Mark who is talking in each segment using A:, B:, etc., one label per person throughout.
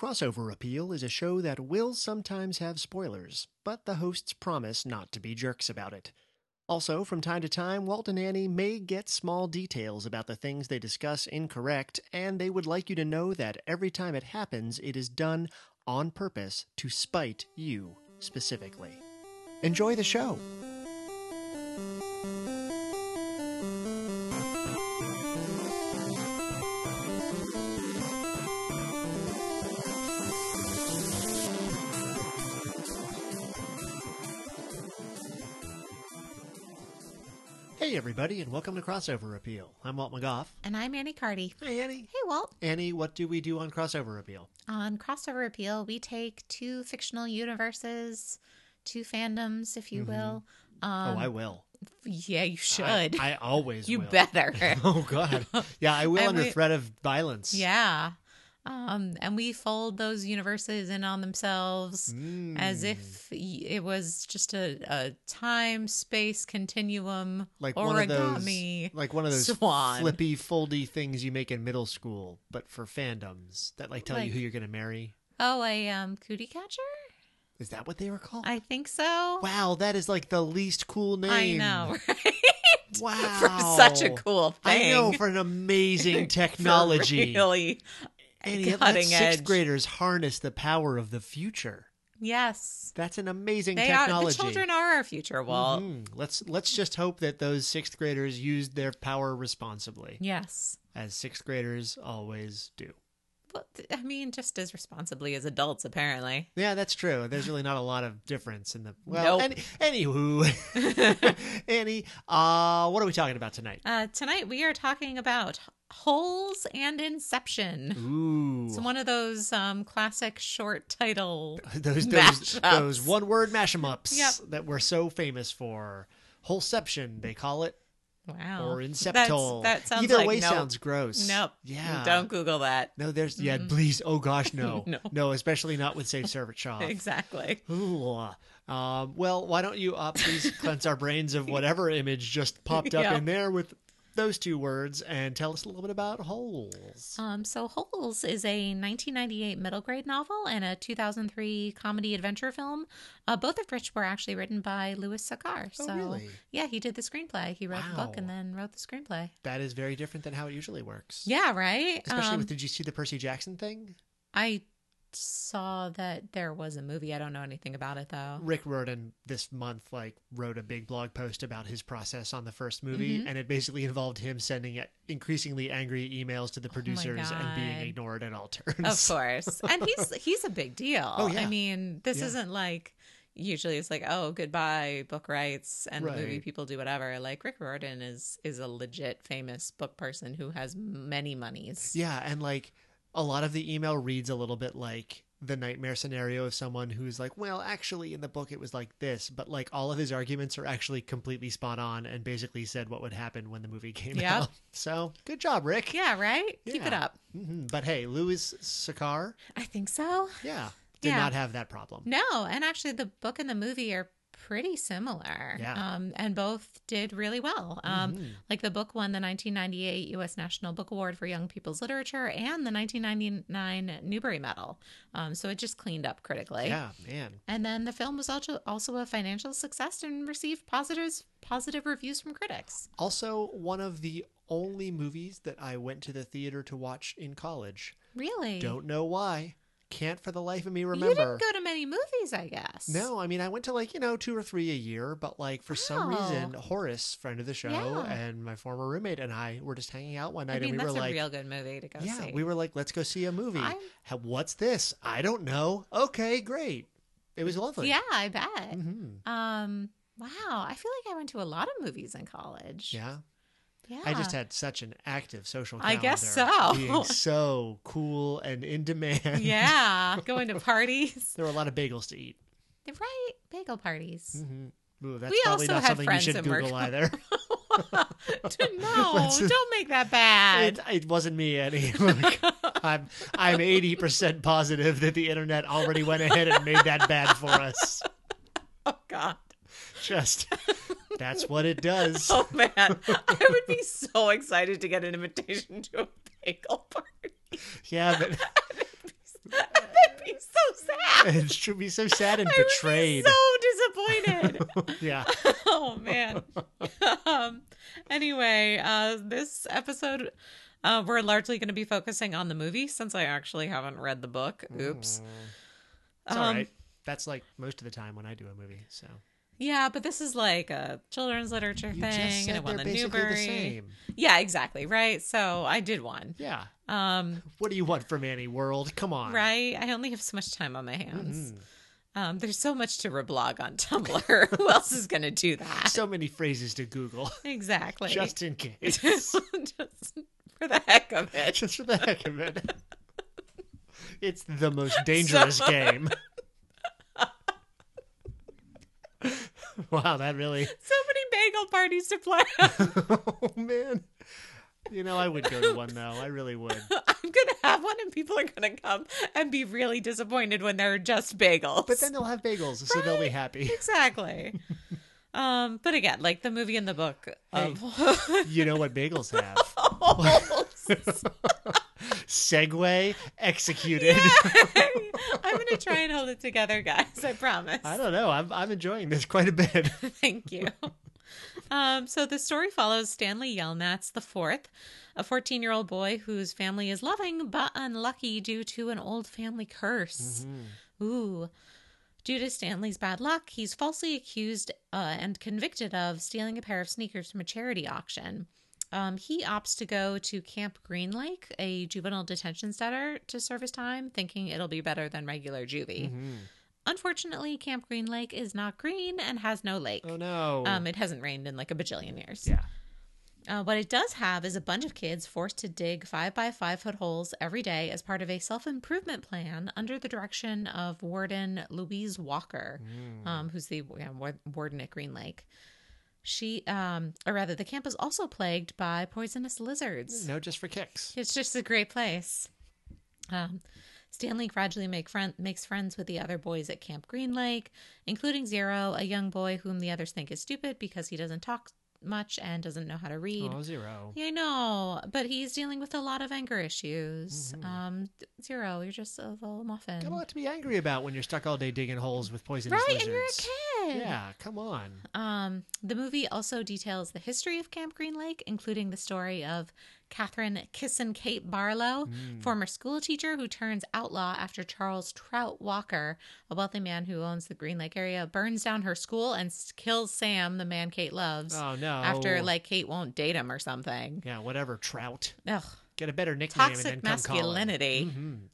A: Crossover Appeal is a show that will sometimes have spoilers, but the hosts promise not to be jerks about it. Also, from time to time, Walt and Annie may get small details about the things they discuss incorrect, and they would like you to know that every time it happens, it is done on purpose to spite you specifically. Enjoy the show! Hey, everybody, and welcome to Crossover Appeal. I'm Walt McGough.
B: And I'm Annie Cardy.
A: Hi, Annie.
B: Hey, Walt.
A: Annie, what do we do on Crossover Appeal?
B: On Crossover Appeal, we take two fictional universes, two fandoms, if you will. Um,
A: Mm-hmm. oh, I will.
B: yeah, you should.
A: I, I always
B: you
A: will.
B: better.
A: oh, God. Yeah, I will
B: And
A: under
B: we-
A: threat of violence.
B: yeah. Um, and we fold those universes in on themselves
A: Mm.
B: as if y- it was just a, a time space continuum
A: like
B: origami.
A: one of those like one of those
B: swan.
A: flippy foldy things you make in middle school but for fandoms that like tell you
B: Like-
A: who you're gonna marry
B: oh, a um, cootie catcher?
A: is that what they were called
B: I think so.
A: wow that is like the least cool
B: I
A: name
B: know, right?
A: wow
B: For such a cool
A: i
B: thing.
A: know for an amazing
B: For
A: technology
B: really.
A: and yet let
B: cutting
A: sixth
B: edge.
A: graders harness the power of the future
B: Yes.
A: that's an amazing
B: They are the
A: technology
B: children are our future, Walt.
A: Mhm. Let's let's just hope that those sixth graders used their power responsibly,
B: Yes.
A: as sixth graders always do.
B: Well, th- I mean, just as responsibly as adults, apparently.
A: Yeah, that's true. There's really not a lot of difference in the. Well,
B: Nope.
A: any, anywho, Annie, uh, what are we talking about tonight?
B: Uh, tonight we are talking about holes and inception.
A: Ooh,
B: It's one of those um, classic short title.
A: those those,
B: mashups.
A: those one word mash em ups
B: Yep.
A: that we're so famous for. Wholeception, they call it,
B: Wow.
A: or
B: Oh, That's-
A: inceptol.
B: That sounds
A: Either
B: like,
A: way
B: no,
A: sounds gross.
B: Nope.
A: Yeah.
B: Don't Google that.
A: No, there's yeah. Please, oh gosh, no,
B: Mm-hmm. No.
A: especially not with Safe Server Shop.
B: Exactly.
A: Ooh, um, well, why don't you uh, please cleanse our brains of whatever image just popped up
B: Yeah.
A: in there with those two words and tell us a little bit about holes.
B: Um, so Holes is a 1998 middle grade novel and a 2003 comedy adventure film, uh, both of which were actually written by Louis Sakar.
A: Oh,
B: so
A: really?
B: yeah, he did the screenplay. He wrote the book and
A: Wow.
B: then wrote the screenplay.
A: That is very different than how it usually works.
B: Yeah, right.
A: Especially
B: um,
A: with, did you see the Percy Jackson thing?
B: I saw that there was a movie. I don't know anything about it though.
A: Rick Riordan this month like wrote a big blog post about his process on the first movie,
B: Mm-hmm.
A: and it basically involved him sending uh, increasingly angry emails to the producers and being
B: Oh God.
A: ignored at all turns.
B: Of course, and he's he's a big deal.
A: Oh, yeah.
B: I mean, this
A: Yeah.
B: isn't like. Usually it's like, oh, goodbye, book rights and the movie
A: Right.
B: people do whatever. Like Rick Riordan is is a legit famous book person who has many monies.
A: Yeah, and like a lot of the email reads a little bit like the nightmare scenario of someone who's like, well, actually, in the book it was like this, but like all of his arguments are actually completely spot on and basically said what would happen when the movie came
B: Yeah.
A: out. So good job, Rick.
B: Yeah, right? Keep it
A: Yeah.
B: up.
A: hmm But hey, Louis Sakar,
B: I think so.
A: yeah, did
B: Yeah.
A: not have that problem.
B: No, and actually the book and the movie are pretty similar.
A: Yeah.
B: Um, and both did really well. Um,
A: Mhm.
B: Like the book won the 1998 U.S. National Book Award for Young People's Literature and the 1999 Newbery Medal. Um, so it just cleaned up critically.
A: Yeah, man.
B: And then the film was also also a financial success and received positives positive reviews from critics.
A: Also, one of the only movies that I went to the theater to watch in college.
B: Really?
A: Don't know why. Can't for the life of me remember.
B: you didn't go to many movies, I guess.
A: No, I mean I went to like, you know, two or three a year, but like for some reason
B: Oh.
A: Horace, friend of the show,
B: Yeah.
A: and my former roommate and I were just hanging out one night
B: I mean
A: and we
B: that's
A: were
B: a
A: like
B: real good movie to go
A: Yeah,
B: see.
A: we were like, let's go see a movie.
B: I'm-
A: Ha- What's this? I don't know. Okay, great. It was lovely.
B: Yeah, I bet.
A: hmm
B: Um, wow, I feel like I went to a lot of movies in college.
A: Yeah.
B: yeah.
A: I just had such an active social
B: I
A: calendar.
B: guess so.
A: Being so cool and in demand.
B: yeah, going to parties,
A: There were a lot of bagels to eat.
B: right? Bagel parties.
A: hmm Ooh, that's
B: We
A: probably
B: also
A: not
B: had
A: something you
B: friends
A: should
B: that were-
A: Google either.
B: no,
A: Let's-
B: don't make that bad.
A: It, it wasn't me, Annie. Look, I'm I'm eighty percent positive that the internet already went ahead and made that bad for us.
B: Oh God.
A: Just that's what it does.
B: Oh man, I would be so excited to get an invitation to a bagel party.
A: Yeah, but and she'll be so sad and
B: I
A: betrayed.
B: would be so disappointed.
A: yeah.
B: oh man. um, anyway, uh, this episode, uh, we're largely going to be focusing on the movie since I actually haven't read the book. Oops.
A: It's
B: Um,
A: all right. That's like most of the time when I do a movie. So
B: Yeah, but this is like a children's literature
A: you just
B: thing, and
A: said
B: it
A: they're
B: won the
A: basically
B: Newbery.
A: the same.
B: Yeah, exactly. Right. So I did one.
A: Yeah.
B: Um,
A: What do you want from Annie World? Come on. Mm.
B: right. I only have so much time on my hands.
A: Mm-hmm.
B: Um, there's so much to reblog on Tumblr. Who else is going to do that?
A: So many phrases to Google,
B: Exactly.
A: just in case.
B: Just for the heck of it.
A: just for the heck of it. It's the most dangerous game. wow, that really.
B: so many bagel parties to plan.
A: oh man. You know, I would go to one though. I really would.
B: I'm gonna have one, and people are gonna come and be really disappointed when there are just bagels.
A: But then they'll have bagels, so they'll be happy.
B: exactly. um, but again, like the movie and the book of
A: You know what bagels have? Segway executed.
B: I'm gonna try and hold it together, guys. I promise.
A: I don't know. I'm I'm enjoying this quite a bit.
B: Thank you. Um, so the story follows Stanley Yelnats the fourth, a 14 year old boy whose family is loving but unlucky due to an old family curse.
A: Mm-hmm.
B: Ooh. Due to Stanley's bad luck, he's falsely accused uh, and convicted of stealing a pair of sneakers from a charity auction. Um, he opts to go to Camp Green Lake, a juvenile detention center, to serve his time, thinking it'll be better than regular juvie.
A: Mm-hmm.
B: Unfortunately, Camp Green Lake is not green and has no lake.
A: Oh no.
B: Um, it hasn't rained in like a bajillion years.
A: yeah.
B: Uh, what it does have is a bunch of kids forced to dig five by five foot holes every day as part of a self improvement plan under the direction of Warden Louise Walker,
A: Mm.
B: um, who's the yeah, wa- warden at Green Lake. She, um, or rather, the camp is also plagued by poisonous lizards.
A: No, just for kicks.
B: It's just a great place. Um, Stanley gradually make friend, makes friends with the other boys at Camp Green Lake, including Zero, a young boy whom the others think is stupid because he doesn't talk much and doesn't know how to read.
A: Oh, zero.
B: Yeah, I know, but he's dealing with a lot of anger issues.
A: Mm-hmm.
B: Um, Zero, you're just a little muffin.
A: Got a lot to be angry about when you're stuck all day digging holes with poisonous
B: Mm. Right, and you're
A: lizards.
B: a kid.
A: Yeah, come on.
B: Um, the movie also details the history of Camp Green Lake, including the story of Catherine Kissin Kate Barlow,
A: Mm.
B: former school teacher who turns outlaw after Charles Trout Walker, a wealthy man who owns the Green Lake area, burns down her school and s- kills Sam, the man Kate loves,
A: Oh no.
B: after like Kate won't date him or something.
A: yeah, whatever. Trout.
B: Ugh,
A: Get a better nickname
B: toxic
A: and then come calling.
B: masculinity.
A: Mhm.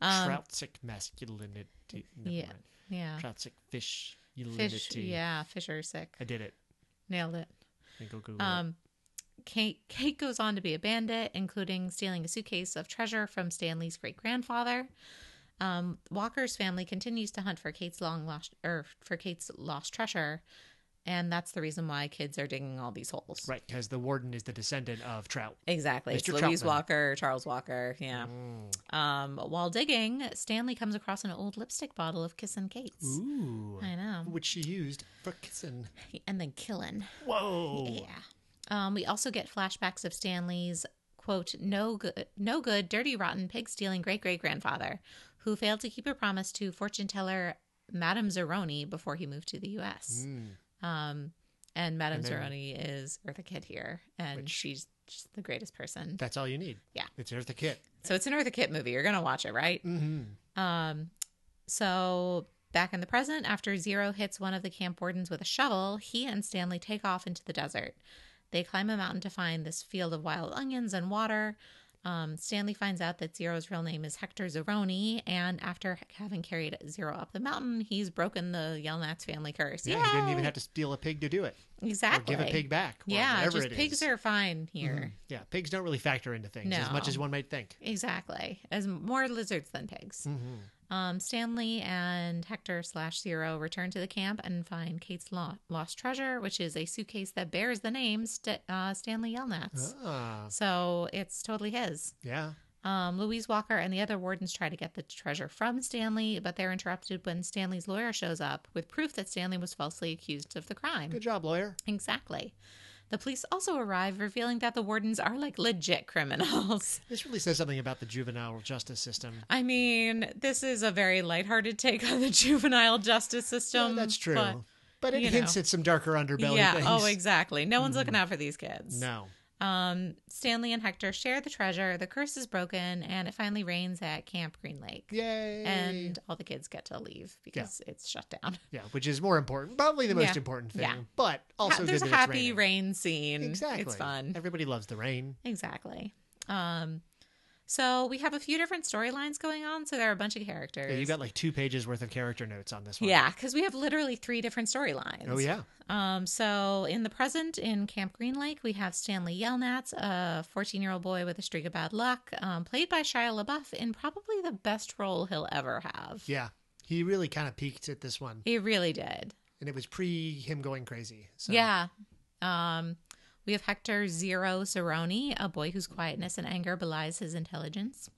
B: Um,
A: Troutsic masculinity. Never
B: yeah,
A: mind.
B: yeah,
A: Troutsic fish.
B: fish, yeah, Fisher sick,
A: I did it.
B: nailed it.
A: I think I'll Google it.
B: Um, Kate, Kate goes on to be a bandit, including stealing a suitcase of treasure from Stanley's great grandfather. Um, Walker's family continues to hunt for Kate's long lost or for Kate's lost treasure, and that's the reason why kids are digging all these holes.
A: Right, because the warden is the descendant of Trout.
B: Exactly. It's
A: Mr. Mm-hmm.
B: Louise
A: Troutman.
B: Walker, Charles Walker. Yeah.
A: Mm.
B: Um, while digging, Stanley comes across an old lipstick bottle of Kissin' Kate's.
A: Ooh.
B: I know.
A: Which she used for kissing.
B: And then killing.
A: Whoa.
B: Yeah. Um, we also get flashbacks of Stanley's quote no good, no good, dirty, rotten, pig stealing great great grandfather, who failed to keep a promise to fortune teller Madame Zeroni before he moved to the U.S. Um, and Madame
A: Mm-hmm. And then-
B: Zeroni is Eartha Kitt here, and
A: Which-
B: she's just the greatest person.
A: That's all you need.
B: Yeah.
A: It's Eartha Kit.
B: So it's an Eartha Kitt movie. You're gonna watch it, right?
A: Mm-hmm.
B: Um, so back in the present, after Zero hits one of the camp wardens with a shovel, he and Stanley take off into the desert. They climb a mountain to find this field of wild onions and water. Um, Stanley finds out that Zero's real name is Hector Zeroni, and after having carried Zero up the mountain, he's broken the Yelnats family curse.
A: Yeah,
B: Yay!
A: he didn't even have to steal a pig to do it. Or
B: exactly
A: give a pig back. Or
B: yeah,
A: whatever
B: just
A: it
B: pigs
A: is. Mm-hmm.
B: are fine here.
A: Yeah, pigs don't really factor into things as much
B: No.
A: as one might think.
B: Exactly, as more lizards than pigs.
A: Mm-hmm.
B: Um, Stanley and Hector slash Zero return to the camp and find Kate's lo- lost treasure, which is a suitcase that bears the name St- uh, Stanley Yelnats.
A: Ah,
B: So it's totally his.
A: yeah.
B: Um, Louise Walker and the other wardens try to get the treasure from Stanley, but they're interrupted when Stanley's lawyer shows up with proof that Stanley was falsely accused of the crime.
A: Good job, lawyer.
B: Exactly. The police also arrive, revealing that the wardens are like legit criminals.
A: This really says something about the juvenile justice system.
B: I mean, this is a very lighthearted take on the juvenile justice
A: Yeah,
B: system.
A: that's true. But,
B: Um, but-
A: it
B: you
A: hints
B: know.
A: at some darker underbelly
B: yeah.
A: things. Hmm.
B: Oh, exactly. No one's looking out for these kids.
A: No.
B: Um, Stanley and Hector share the treasure. The curse is broken, and it finally rains at Camp Green Lake.
A: Yay.
B: And all the kids get to leave because it's shut down.
A: yeah, which is more important. Probably the most
B: Yeah.
A: important thing.
B: Yeah.
A: But also
B: there's a
A: good that it's
B: happy
A: raining.
B: rain scene.
A: Exactly.
B: It's fun.
A: Everybody loves the rain.
B: Exactly. Um, so we have a few different storylines going on. So there are a bunch of characters.
A: Yeah, you got like two pages worth of character notes on this one.
B: Yeah, because we have literally three different storylines.
A: Oh yeah.
B: Um, so in the present in Camp Green Lake, we have Stanley Yelnats, a 14 year old boy with a streak of bad luck, um, played by Shia LaBeouf in probably the best role he'll ever have.
A: Yeah. He really kind of peaked at this one.
B: He really did.
A: And it was pre him going crazy. So
B: Yeah. Um, we have Hector Zero Cerrone, a boy whose quietness and anger belies his intelligence.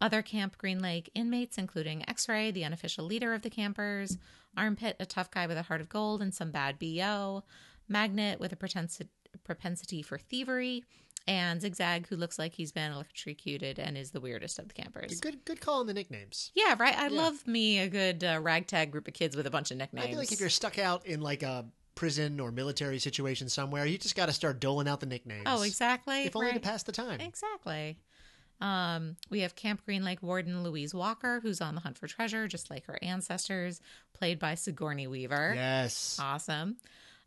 B: Other Camp Green Lake inmates, including X Ray, the unofficial leader of the campers, Armpit, a tough guy with a heart of gold and some bad BO, Magnet with a pretensi- propensity for thievery, and Zigzag, who looks like he's been electrocuted and is the weirdest of the campers.
A: Good good call on the nicknames.
B: Yeah, right. I
A: Yeah.
B: love me a good uh, ragtag group of kids with a bunch of nicknames.
A: I feel like if you're stuck out in like a prison or military situation somewhere, you just gotta start doling out the nicknames.
B: oh, exactly.
A: If only to
B: right.
A: pass the time.
B: Exactly. Um, we have Camp Green Lake Warden Louise Walker, who's on the hunt for treasure, just like her ancestors, played by Sigourney Weaver.
A: Yes.
B: Awesome.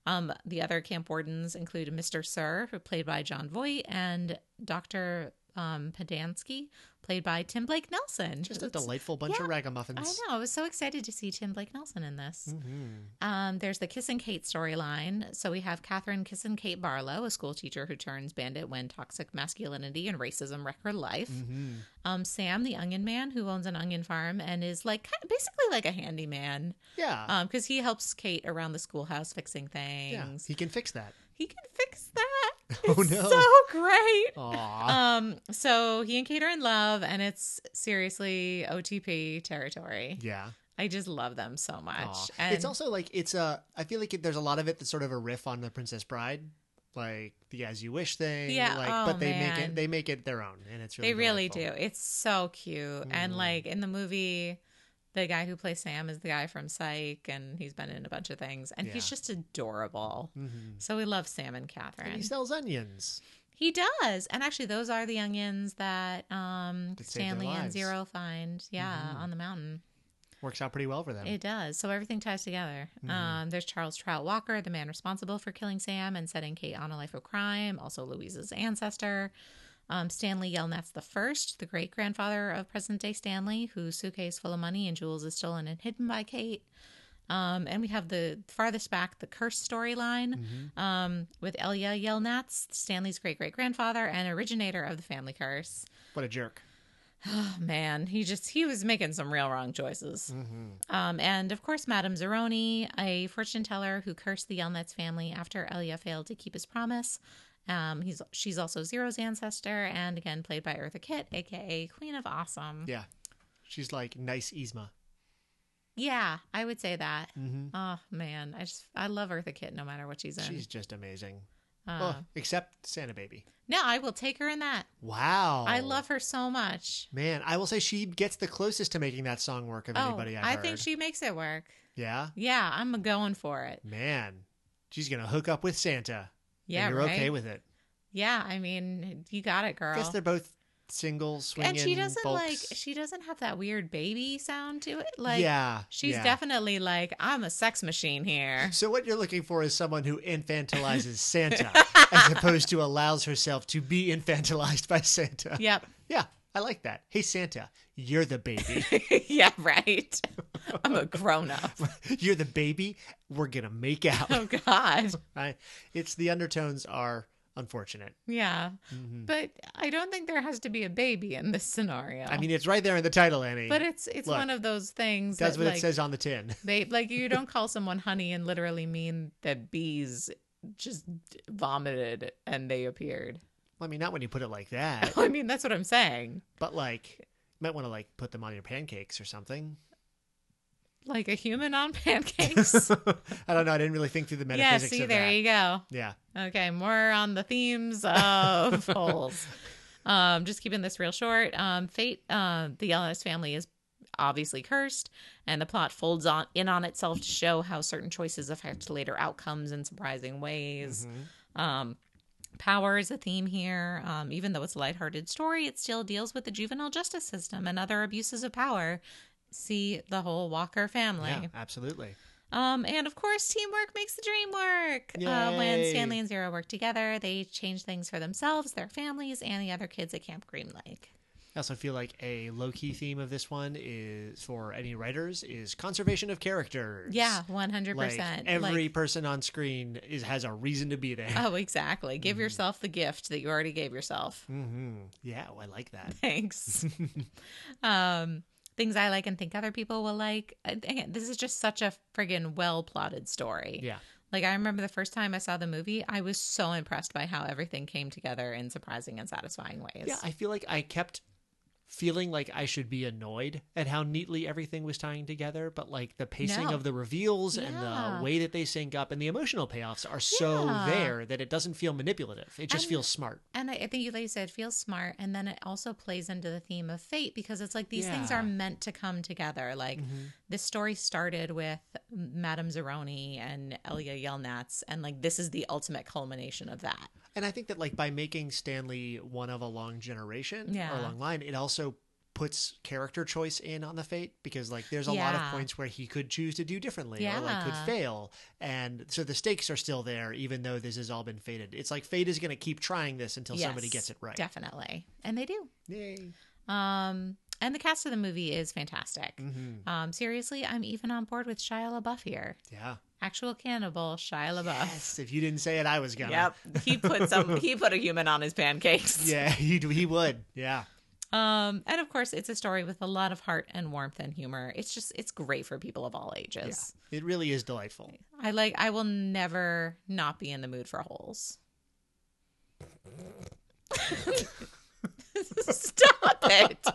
B: Um, the other camp wardens include Mr. Sir, who played by John Voight, and Dr. Um, Padansky, played by Tim Blake Nelson.
A: Just
B: who
A: a
B: looks-
A: delightful bunch
B: Yeah,
A: of
B: I
A: ragamuffins.
B: know. I was so excited to see Tim Blake Nelson in this.
A: Mhm.
B: Um, there's the Kiss and Kate storyline. So we have Catherine Kiss and Kate Barlow, a school teacher who turns bandit when toxic masculinity and racism wreck her life.
A: Mhm.
B: Um, Sam, the onion man who owns an onion farm and is like kind of- basically like a handyman
A: Yeah.
B: because he helps Kate around the schoolhouse fixing
A: yeah.
B: things.
A: He can fix that.
B: He can fix that.
A: Oh,
B: It's
A: no.
B: So great.
A: Aw.
B: Um, so he and Kate are in love, and it's seriously OTP territory.
A: yeah.
B: I just love them so much.
A: Aw.
B: And
A: It's also like it's a. I feel like it, there's a lot of it that's sort of a riff on the Princess Bride, like the As You Wish thing.
B: Yeah,
A: Like,
B: oh,
A: but they make
B: man.
A: it. They make it their own, and it's really.
B: They really
A: delightful.
B: do. It's so cute. And
A: Mhm.
B: like in the movie, the guy who plays Sam is the guy from Psych, and he's been in a bunch of things, and he's
A: Yeah.
B: just adorable.
A: Mhm.
B: So we love Sam and Catherine.
A: And he sells onions.
B: he does, and actually, those are the onions that um,
A: That saved their
B: Stanley and
A: lives.
B: Zero find, yeah,
A: Mhm.
B: on the mountain.
A: Works out pretty well for them.
B: It does. So everything ties together.
A: Mhm.
B: Um, there's Charles Trout Walker, the man responsible for killing Sam and setting Kate on a life of crime, also Louise's ancestor. Um, Stanley Yelnats the first, the great grandfather of present day Stanley, whose suitcase full of money and jewels is stolen and hidden by Kate. Um, and we have the farthest back, the curse storyline
A: Mhm.
B: um, with Elia Yelnats, Stanley's great great grandfather and originator of the family curse.
A: What a jerk.
B: Oh, man, he just he was making some real wrong choices.
A: hmm
B: Um, and of course, Madame Zeroni, a fortune teller who cursed the Yelnats family after Elia failed to keep his promise. Um, he's she's also Zero's ancestor, and again played by Eartha Kitt, aka Queen of Awesome.
A: Yeah.
B: Yeah,
A: She's like nice Yzma.
B: I would say that.
A: hmm
B: Oh man, I just I love Eartha Kitt no matter what she's in.
A: She's just amazing.
B: uh,
A: oh, except Santa Baby.
B: No, I will take her in that.
A: Wow.
B: I love her so much.
A: Man, I will say she gets the closest to making that song work of
B: Oh,
A: anybody I've
B: I
A: heard.
B: think she makes it work.
A: Yeah.
B: Yeah, I'm going for it.
A: Man, she's gonna hook up with Santa.
B: Yeah,
A: and you're
B: right.
A: okay with it.
B: yeah, I mean, you got it, girl.
A: I guess they're both single swinging.
B: and she doesn't
A: folks.
B: like she doesn't have that weird baby sound to it like
A: yeah,
B: she's
A: yeah.
B: definitely like i'm a sex machine here
A: So what you're looking for is someone who infantilizes Santa, as opposed to allows herself to be infantilized by Santa. Yeah.
B: yep
A: I like that. Hey Santa, you're the baby.
B: yeah right i'm a grown-up
A: you're the baby. We're gonna make out.
B: oh god
A: I, it's the undertones are unfortunate.
B: yeah
A: Mhm.
B: but i don't think there has to be a baby in this scenario
A: I mean, it's right there in the title, Annie.
B: but it's it's
A: look,
B: one of those things
A: That's
B: that,
A: what
B: like,
A: it says on the tin.
B: they like you don't call someone honey and literally mean that bees just vomited and they appeared
A: I mean, not when you put it like that.
B: i mean that's what i'm saying
A: But like, you might want to like put them on your pancakes or something.
B: like a human on pancakes.
A: I don't know. I didn't really think through the
B: yeah,
A: metaphysics
B: see,
A: of
B: there
A: that.
B: you go.
A: yeah.
B: Okay, more on the themes of holes. Um, just keeping this real short. Um, fate, uh, the LS family is obviously cursed, and the plot folds on in on itself to show how certain choices affect later outcomes in surprising ways.
A: Mm-hmm.
B: Um, power is a theme here. Um, even though it's a lighthearted story, it still deals with the juvenile justice system and other abuses of power. See the whole Walker family.
A: Yeah, absolutely.
B: Um, and of course, teamwork makes the dream work. Uh, when
A: Yay.
B: Stanley and Zero work together, they change things for themselves, their families, and the other kids at Camp Green Lake.
A: I also feel like a low key theme of this one is for any writers is conservation of characters.
B: Yeah, one hundred
A: Like
B: percent.
A: every person on screen is has a reason to be there.
B: oh, exactly.
A: Mm-hmm.
B: Give yourself the gift that you already gave yourself.
A: hmm Yeah, oh, I like that.
B: Thanks. um, things I like and think other people will like. Uh, Again, this is just such a friggin' well plotted story.
A: Yeah.
B: Like I remember the first time I saw the movie, I was so impressed by how everything came together in surprising and satisfying ways.
A: Yeah, I feel like I kept feeling like I should be annoyed at how neatly everything was tying together, but like the pacing
B: No.
A: of the reveals and
B: Yeah.
A: the way that they sync up and the emotional payoffs are so
B: Yeah.
A: there that it doesn't feel manipulative. It just
B: And-
A: feels smart.
B: And I, I think you like you said, feels smart. And then it also plays into the theme of fate because it's like these things
A: Yeah. Mm-hmm.
B: are meant to come together. Like this story started with Madame Zeroni and Elia Yelnats, and like this is the ultimate culmination of that.
A: And I think that like by making Stanley one of a long generation or
B: Yeah.
A: a long line, it also puts character choice in on the fate because like there's a lot of
B: Yeah.
A: points where he could choose to do differently or like could
B: Yeah.
A: fail. And so the stakes are still there even though this has all been fated. It's like fate is going to keep trying this until somebody
B: Yes,
A: gets it right.
B: Definitely. And they do.
A: Yay.
B: Um, and the cast of the movie is fantastic.
A: Mhm.
B: Um, seriously, I'm even on board with Shia LaBeouf here.
A: Yeah.
B: Actual cannibal Shia LaBeouf.
A: Yes, if you didn't say it I was going to.
B: Yep, he put some. he put a human on his pancakes.
A: Yeah, he he would. Yeah.
B: Um, and of course, it's a story with a lot of heart and warmth and humor. It's just, it's great for people of all ages.
A: It really is delightful.
B: I like, I will never not be in the mood for holes. Stop it.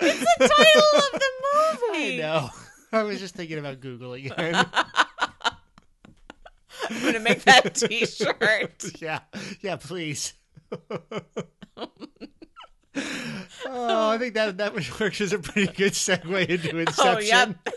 B: it's the title of the
A: I
B: movie.
A: know. I was just thinking about googling it.
B: I'm going to make that t shirt.
A: yeah, yeah, please. oh, I think that that would work as a pretty good segue into Inception.
B: Oh, yep.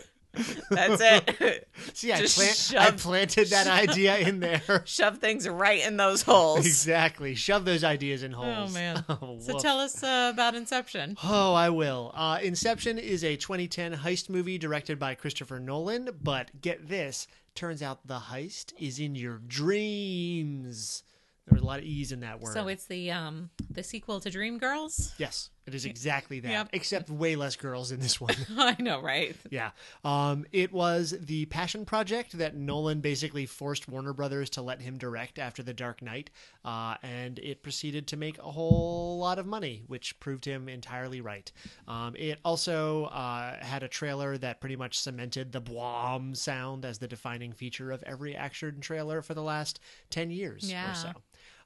B: That's it.
A: See, I,
B: Just
A: plant, I
B: shove-
A: planted that idea in there.
B: Shove things right in those holes.
A: exactly. Shove those ideas in holes.
B: man.
A: Oh,
B: So
A: woof.
B: tell us uh, about Inception.
A: Oh, I will. Uh, Inception is a 2010 heist movie directed by Christopher Nolan, but get this turns out the heist is in your dreams. There was a lot of E's in that word.
B: So it's the um the sequel to Dreamgirls.
A: Yes, it is exactly that.
B: Yep.
A: Except way less girls in this one.
B: I know, right?
A: yeah. Um, it was the passion project that Nolan basically forced Warner Brothers to let him direct after The Dark Knight. Uh, and it proceeded to make a whole lot of money, which proved him entirely right. Um, it also uh, had a trailer that pretty much cemented the blom sound as the defining feature of every action trailer for the last 10 years
B: Yeah.
A: or so.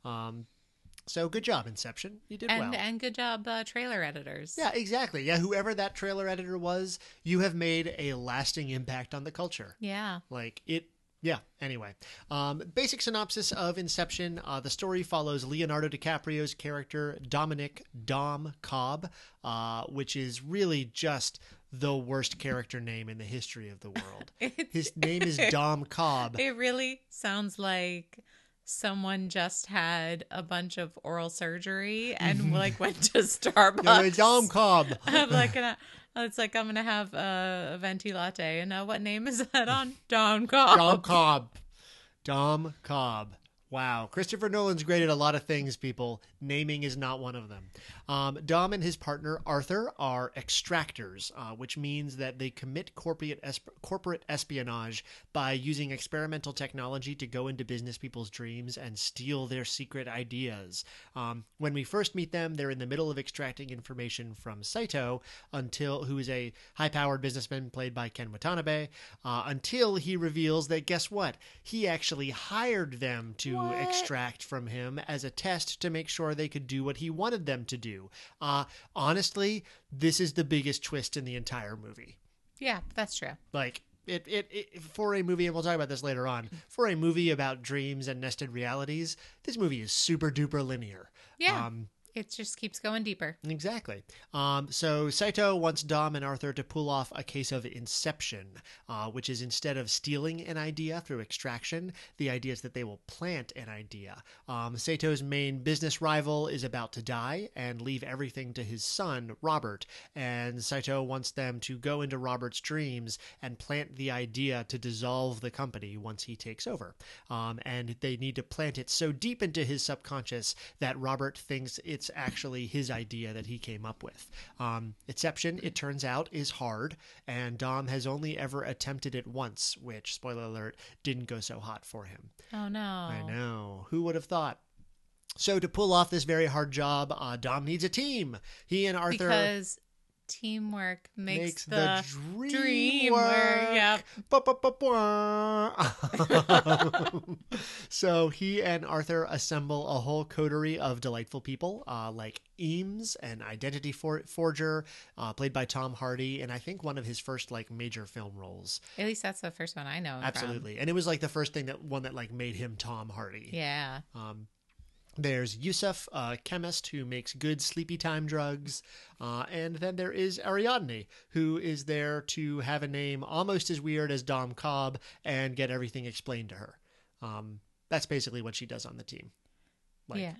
A: Um, so good job, Inception. You did
B: And
A: well.
B: and good job, uh, trailer editors.
A: Yeah, exactly. Yeah, whoever that trailer editor was, you have made a lasting impact on the culture.
B: Yeah.
A: Like it. Yeah, anyway. Um, basic synopsis of Inception. Uh, the story follows Leonardo DiCaprio's character, Dominic Dom Cobb, uh, which is really just the worst character name in the history of the world.
B: It,
A: His name is Dom Cobb.
B: it really sounds like someone just had a bunch of oral surgery
A: Mm-hmm.
B: and like went to Starbucks.
A: No, no, Dom Cobb.
B: I'm like gonna. It's like I'm gonna have a, a venti latte, and uh, what name is that on? Don Cobb.
A: Dom Cobb. Dom Cobb. Wow. Christopher Nolan's great at a lot of things, people. Naming is not one of them. Um, Dom and his partner, Arthur, are extractors, uh, which means that they commit corporate, esp- corporate espionage by using experimental technology to go into business people's dreams and steal their secret ideas. Um, when we first meet them, they're in the middle of extracting information from Saito until who is a high-powered businessman played by Ken Watanabe, uh, until he reveals that guess what? He actually hired them to
B: What?
A: extract from him as a test to make sure they could do what he wanted them to do. Uh, honestly, this is the biggest twist in the entire movie.
B: Yeah, that's true.
A: Like it, it, it for a movie, and we'll talk about this later on. For a movie about dreams and nested realities, this movie is super duper linear.
B: Yeah.
A: Um,
B: it just keeps going deeper.
A: Exactly. Um, so Saito wants Dom and Arthur to pull off a case of inception, uh, which is instead of stealing an idea through extraction, the idea is that they will plant an idea. Um, Saito's main business rival is about to die and leave everything to his son, Robert, and Saito wants them to go into Robert's dreams and plant the idea to dissolve the company once he takes over. Um, and they need to plant it so deep into his subconscious that Robert thinks it's actually his idea that he came up with. Um, Inception, it turns out, is hard, and Dom has only ever attempted it once, which, spoiler alert, didn't go so hot for him.
B: Oh no.
A: I know. Who would have thought? So, to pull off this very hard job, uh, Dom needs a team. He and Arthur.
B: Because teamwork makes, the,
A: dream,
B: dream
A: work.
B: work. Yep.
A: Ba, ba, ba, ba. so he and Arthur assemble a whole coterie of delightful people, uh, like Eames, an identity for- forger, uh, played by Tom Hardy, and I think one of his first like major film roles.
B: At least that's the first one I know. him from.
A: Absolutely, and it was like the first thing that one that like made him Tom Hardy.
B: Yeah.
A: Um, there's Yusuf, a chemist who makes good sleepy time drugs. Uh, and then there is Ariadne, who is there to have a name almost as weird as Dom Cobb and get everything explained to her. Um, that's basically what she does on the team. Like-
B: yeah.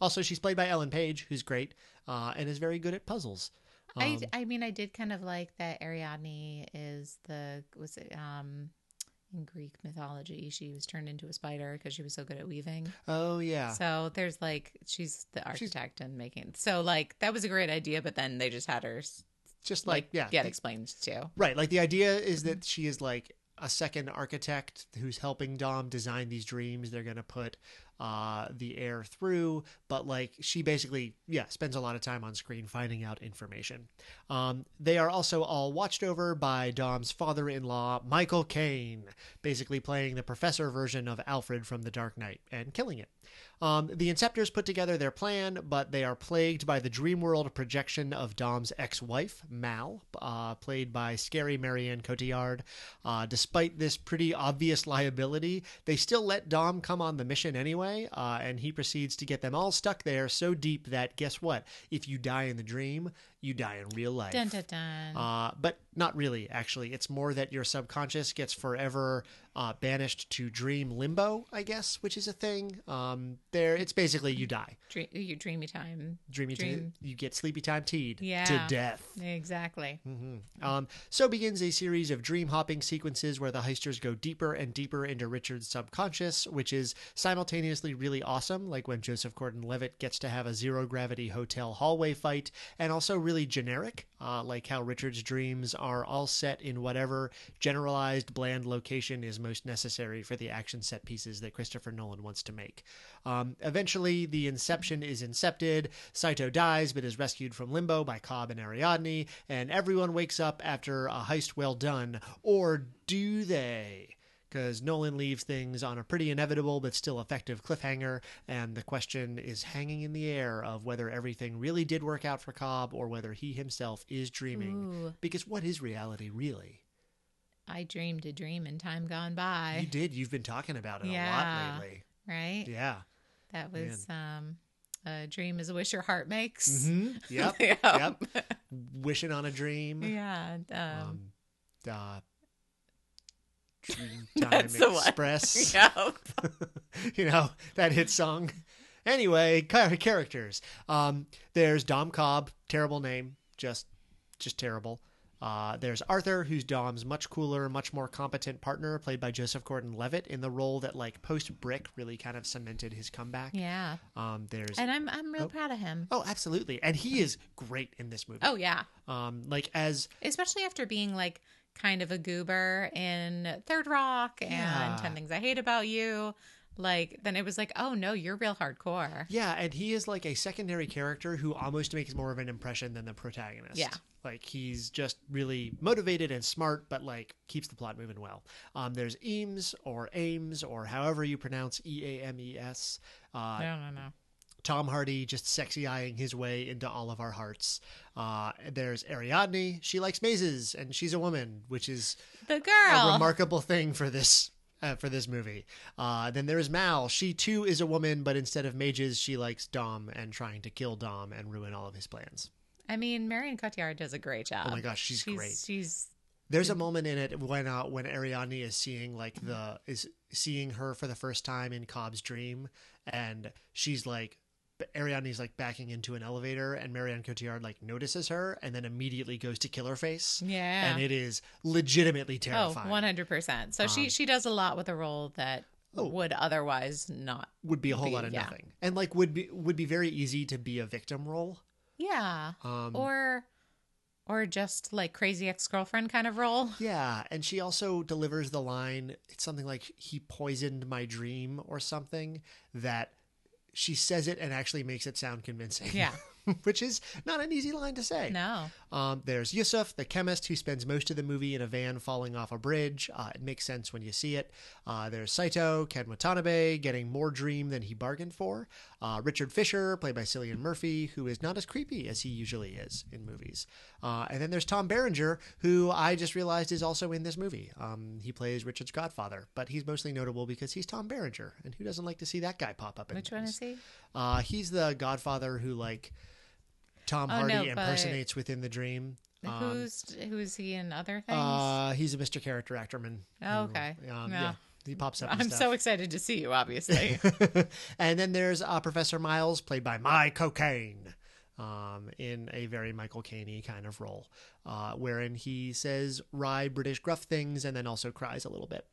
A: Also, she's played by Ellen Page, who's great uh, and is very good at puzzles.
B: I,
A: Um,
B: I mean I did kind of like that Ariadne is the was it um in Greek mythology she was turned into a spider because she was so good at weaving.
A: oh, yeah.
B: So there's like she's the
A: She's-
B: architect and making so like that was a great idea, but then they just had her s-
A: Just like,
B: like
A: yeah.
B: get
A: the-
B: explained to.
A: Right. Like the idea is that she is like a second architect who's helping Dom design these dreams they're going to put uh, the air through. But like she basically, yeah, spends a lot of time on screen finding out information. Um, they are also all watched over by Dom's father in law, Michael Caine, basically playing the professor version of Alfred from The Dark Knight and killing it. Um, the Inceptors put together their plan, but they are plagued by the dream world projection of Dom's ex wife, Mal, uh, played by scary Marianne Cotillard. Uh, despite this pretty obvious liability, they still let Dom come on the mission anyway, uh, and he proceeds to get them all stuck there so deep that, guess what? If you die in the dream, you die in real life.
B: Dun dun dun.
A: Uh, but not really, actually. It's more that your subconscious gets forever uh, banished to dream limbo, I guess, which is a thing. Um, there, it's basically you die,
B: Dream, you dreamy time.
A: dreamy,
B: Dream.
A: To, you get sleepy time teed to
B: Yeah.
A: death.
B: Exactly.
A: Mhm. Um, so begins a series of dream hopping sequences where the heisters go deeper and deeper into Richard's subconscious, which is simultaneously really awesome, like when Joseph Gordon Levitt gets to have a zero gravity hotel hallway fight, and also really generic, uh, like how Richard's dreams are all set in whatever generalized, bland location is most necessary for the action set pieces that Christopher Nolan wants to make. Um, eventually, the Inception is incepted. Saito dies, but is rescued from limbo by Cobb and Ariadne, and everyone wakes up after a heist well done. Or do they? Because Nolan leaves things on a pretty inevitable but still effective cliffhanger, and the question is hanging in the air of whether everything really did work out for Cobb or whether he himself is dreaming.
B: Ooh,
A: Because what is reality, really?
B: I dreamed a dream in time gone
A: You
B: by.
A: did. You've been talking about it a
B: Yeah.
A: lot lately.
B: Right?
A: Yeah.
B: That was um a dream is a wish your heart makes.
A: hmm Yep.
B: yep.
A: Wishing on a dream.
B: yeah. Um,
A: um, uh, Dream
B: That's the
A: Time
B: one.
A: Express.
B: yep.
A: you know that hit song. Anyway, char- characters. Um, there's Dom Cobb, terrible name, just just terrible. Uh, there's Arthur, who's Dom's much cooler, much more competent partner, played by Joseph Gordon-Levitt, in the role that like post Brick really kind of cemented his comeback.
B: Yeah.
A: Um, there's
B: And I'm I'm real
A: Oh.
B: proud of him.
A: oh, absolutely, and he is great in this movie.
B: Oh yeah.
A: Um, like as
B: especially after being like kind of a goober in Third Rock and
A: Yeah.
B: Ten Things I Hate About You. Like then it was like, oh no, you're real hardcore.
A: Yeah, and he is like a secondary character who almost makes more of an impression than the protagonist.
B: Yeah.
A: Like he's just really motivated and smart, but like keeps the plot moving well. Um, there's Eames or Ames or however you pronounce E A M E S. Uh,
B: I don't know.
A: Tom Hardy just sexy eyeing his way into all of our hearts. Uh, there's Ariadne. She likes mazes and she's a woman, which is
B: The
A: a
B: girl.
A: remarkable thing for this uh, for this movie. Uh, then there's Mal. She too is a woman, but instead of mages, she likes Dom and trying to kill Dom and ruin all of his plans.
B: I mean, Marion Cotillard does a great job.
A: Oh my gosh, she's,
B: Um, she's
A: great.
B: She's
A: There's a moment in it when uh, when Ariadne is seeing like the is seeing her for the first time in Cobb's dream, and she's like. Ariadne's like backing into an elevator, and Marianne Cotillard like notices her, and then immediately goes to kill her face,
B: yeah.
A: and it is legitimately
B: Oh,
A: terrifying.
B: 100%. So
A: Um,
B: she she does a lot with a role that
A: Oh.
B: would otherwise not.
A: would be a whole
B: be-
A: lot of
B: yeah.
A: nothing, and like would be would be very easy to be a victim role.
B: Yeah.
A: Um,
B: Or or just like crazy ex-girlfriend kind of role.
A: yeah, and she also delivers the line. It's something like he poisoned my dream or something that she says it and actually makes it sound convincing.
B: Yeah.
A: which is not an easy line to say.
B: No.
A: Um, there's Yusuf, the chemist, who spends most of the movie in a van falling off a bridge. Uh, it makes sense when you see it. Uh, there's Saito, Ken Watanabe, getting more dream than he bargained for. Uh, Richard Fisher, played by Cillian Murphy, who is not as creepy as he usually is in movies. Uh, and then there's Tom Berenger, who I just realized is also in this movie. Um, he plays Richard's godfather, but he's mostly notable because he's Tom Berenger, and who doesn't like to see that guy pop up? In
B: Which one
A: movies?
B: is he?
A: Uh, he's the Godfather who like Tom
B: Oh,
A: Hardy
B: no, but-
A: impersonates within the dream. Um,
B: who's who's he in other things?
A: uh, he's a Mr. Character Actorman.
B: Oh,
A: who,
B: okay.
A: Um,
B: No.
A: Yeah, he pops up. in
B: I'm
A: stuff.
B: so excited to see you obviously.
A: and then there's uh, Professor Miles, played by My Cocaine, um, in a very Michael Caney kind of role, uh, wherein he says wry British gruff things and then also cries a little bit.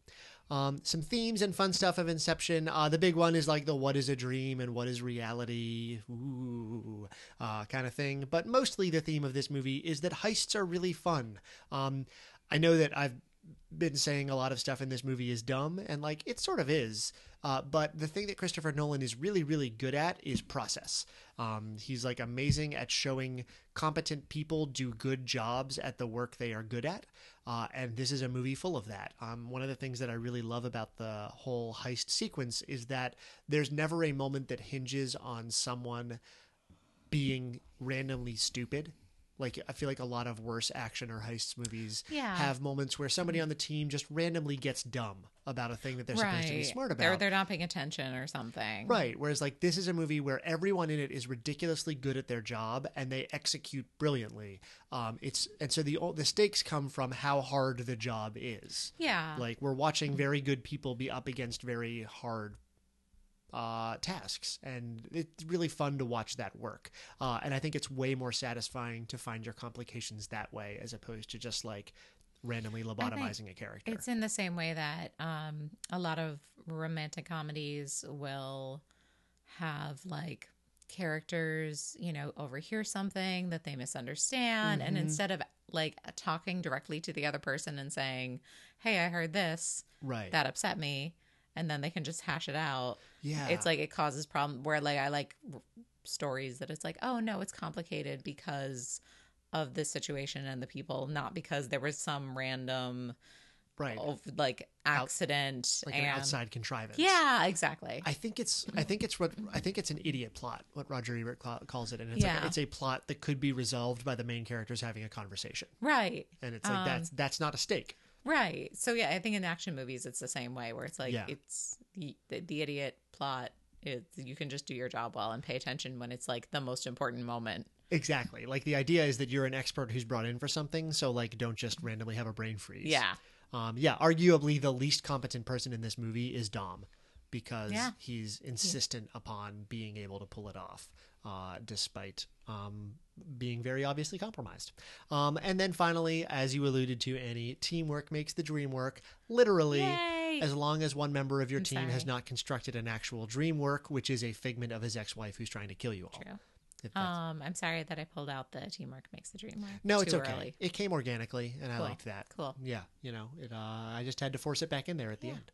A: Um, some themes and fun stuff of Inception. Uh, the big one is like the what is a dream and what is reality, ooh, uh, kind of thing. But mostly the theme of this movie is that heists are really fun. Um, I know that I've been saying a lot of stuff in this movie is dumb, and like it sort of is. Uh, but the thing that Christopher Nolan is really, really good at is process. Um, he's like amazing at showing competent people do good jobs at the work they are good at. Uh, and this is a movie full of that. Um, one of the things that I really love about the whole heist sequence is that there's never a moment that hinges on someone being randomly stupid. Like I feel like a lot of worse action or heist movies
B: Yeah.
A: have moments where somebody on the team just randomly gets dumb about a thing that they're supposed to be smart about.
B: They're they're not paying attention or something.
A: Right. Whereas, like, this is a movie where everyone in it is ridiculously good at their job and they execute brilliantly. Um, it's and so the o- the stakes come from how hard the job is.
B: Yeah.
A: Like, we're watching very good people be up against very hard uh, tasks, and it's really fun to watch that work. Uh, and I think it's way more satisfying to find your complications that way as opposed to just like randomly lobotomizing a character.
B: It's in the same way that um, a lot of romantic comedies will have like characters, you know, overhear something that they misunderstand. And
A: Mhm.
B: instead of like talking directly to the other person and saying, hey, I heard this,
A: right.
B: that upset me. And then they can just hash it out.
A: yeah.
B: It's like it causes problem where like I like r- stories that it's like, oh no, it's complicated because of the situation and the people, not because there was some random
A: right.
B: of like accident
A: Like an
B: and
A: outside contrivance.
B: yeah exactly
A: I think it's I think it's what I think it's an idiot plot, what Roger Ebert cla- calls it, and it's like
B: Yeah.
A: it's a plot that could be resolved by the main characters having a conversation,
B: right
A: and it's like
B: Um,
A: that's that's not a stake.
B: right so yeah i think in action movies it's the same way where it's like
A: Yeah.
B: it's the, the, the idiot plot is you can just do your job well and pay attention when it's like the most important moment
A: Exactly. Like the idea is that you're an expert who's brought in for something, so like don't just randomly have a brain freeze.
B: yeah
A: Um, yeah. Arguably, the least competent person in this movie is Dom, because
B: Yeah.
A: he's insistent upon being able to pull it off, uh, despite um, being very obviously compromised. Um, and then finally, as you alluded to, Annie, teamwork makes the dream work. Literally.
B: Yay!
A: As long as one member of your
B: I'm
A: team has
B: sorry.
A: not constructed an actual dream work, which is a figment of his ex-wife who's trying to kill you all.
B: True.
A: If that's-
B: um i'm sorry that i pulled out the teamwork makes the dream work
A: no, it's
B: too
A: okay.
B: early.
A: It came organically, and I
B: Cool.
A: liked that.
B: cool
A: Yeah, you know, it. Uh, I just had to force it back in there at the
B: Yeah.
A: end.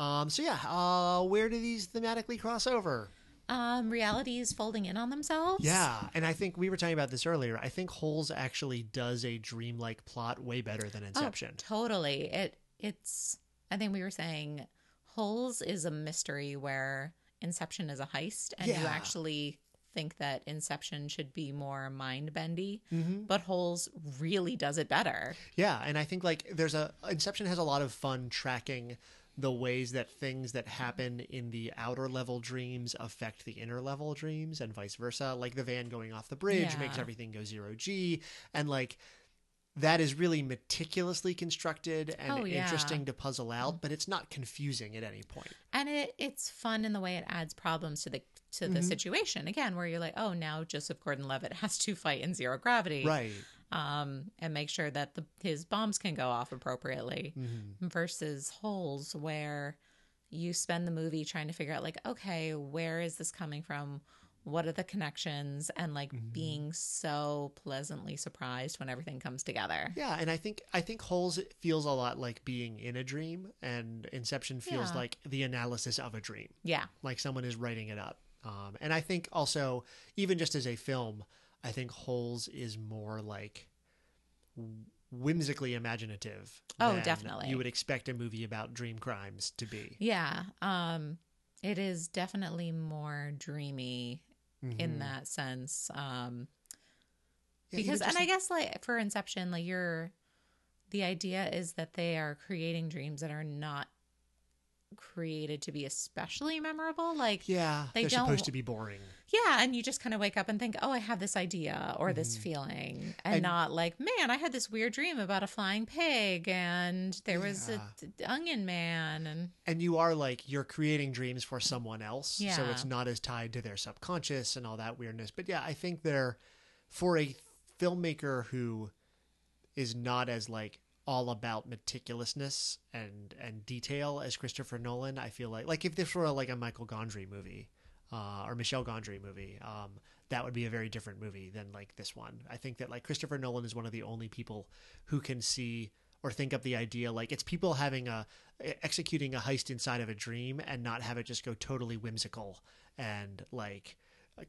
A: Um, so yeah, uh, where do these thematically cross over?
B: um reality is folding in on themselves
A: Yeah, and I think we were talking about this earlier. I think Holes actually does a dreamlike plot way better than Inception.
B: Oh, totally. It it's I think we were saying Holes is a mystery where Inception as a heist and you
A: Yeah.
B: actually think that Inception should be more mind bendy,
A: Mm-hmm.
B: but Holes really does it better.
A: Yeah, and I think like there's a Inception has a lot of fun tracking the ways that things that happen in the outer level dreams affect the inner level dreams and vice versa. Like the van going off the bridge makes
B: Yeah.
A: everything go zero G and like that is really meticulously constructed and
B: Oh, yeah.
A: interesting to puzzle out, but it's not confusing at any point.
B: And it it's fun in the way it adds problems to the to the
A: Mhm.
B: situation again, where you're like, oh, now Joseph Gordon-Levitt has to fight in zero gravity,
A: Right.
B: Um, and make sure that the, his bombs can go off appropriately.
A: hmm
B: versus holes where you spend the movie trying to figure out like okay where is this coming from what are the connections and like
A: Mhm.
B: being so pleasantly surprised when everything comes together
A: Yeah, and I think I think Holes feels a lot like being in a dream and Inception feels
B: Yeah.
A: like the analysis of a dream.
B: yeah
A: like someone is writing it up. Um, and I think also, even just as a film, I think Holes is more like wh- whimsically imaginative.
B: Oh,
A: than
B: definitely.
A: You would expect a movie about dream crimes to be
B: yeah um it is definitely more dreamy in
A: Mhm.
B: that sense um
A: Yeah, even
B: because
A: just
B: and i guess like for inception like you're the idea is that they are creating dreams that are not created to be especially memorable like
A: the- yeah,
B: they
A: they are
B: don't-
A: supposed to be boring.
B: Yeah, and you just kind of wake up and think, "Oh, I have this idea or this feeling," and,
A: Mm-hmm. And-
B: not like, "Man, I had this weird dream about a flying pig, and there was a
A: Yeah.
B: d- d- onion man." And
A: And you are like you're creating dreams for someone else, so
B: Yeah.
A: it's not as tied to their subconscious and all that weirdness. But yeah, I think they're for a filmmaker who is not as like all about meticulousness and and detail as Christopher Nolan. I feel like like if this were like a Michael Gondry movie uh, or Michelle Gondry movie, um, that would be a very different movie than like this one. I think that like Christopher Nolan is one of the only people who can see or think up the idea like it's people having a e, executing a heist inside of a dream and not have it just go totally whimsical and like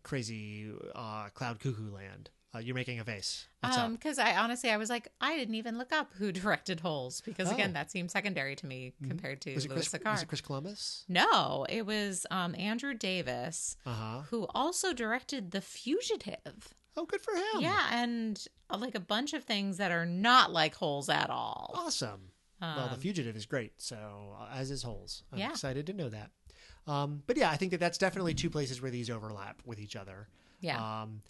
A: crazy uh, cloud cuckoo land. Uh, you're making a face. What's up?
B: because um, I honestly, I was like, I didn't even look up who directed Holes because again,
A: Oh. Mm-hmm.
B: that seemed secondary to me compared to
A: was it
B: Louis
A: Chris?
B: Sakar.
A: Was it Chris Columbus?
B: no, it was um, Andrew Davis
A: Uh huh.
B: who also directed The Fugitive.
A: Oh, good for him.
B: Yeah, and uh, like a bunch of things that are not like Holes at all.
A: Awesome.
B: Um,
A: Oh, well, The Fugitive is great. So uh, as is Holes. I'm
B: Yeah.
A: excited to know that. Um, but yeah, I think that that's definitely two places where these overlap with each other.
B: yeah.
A: Um,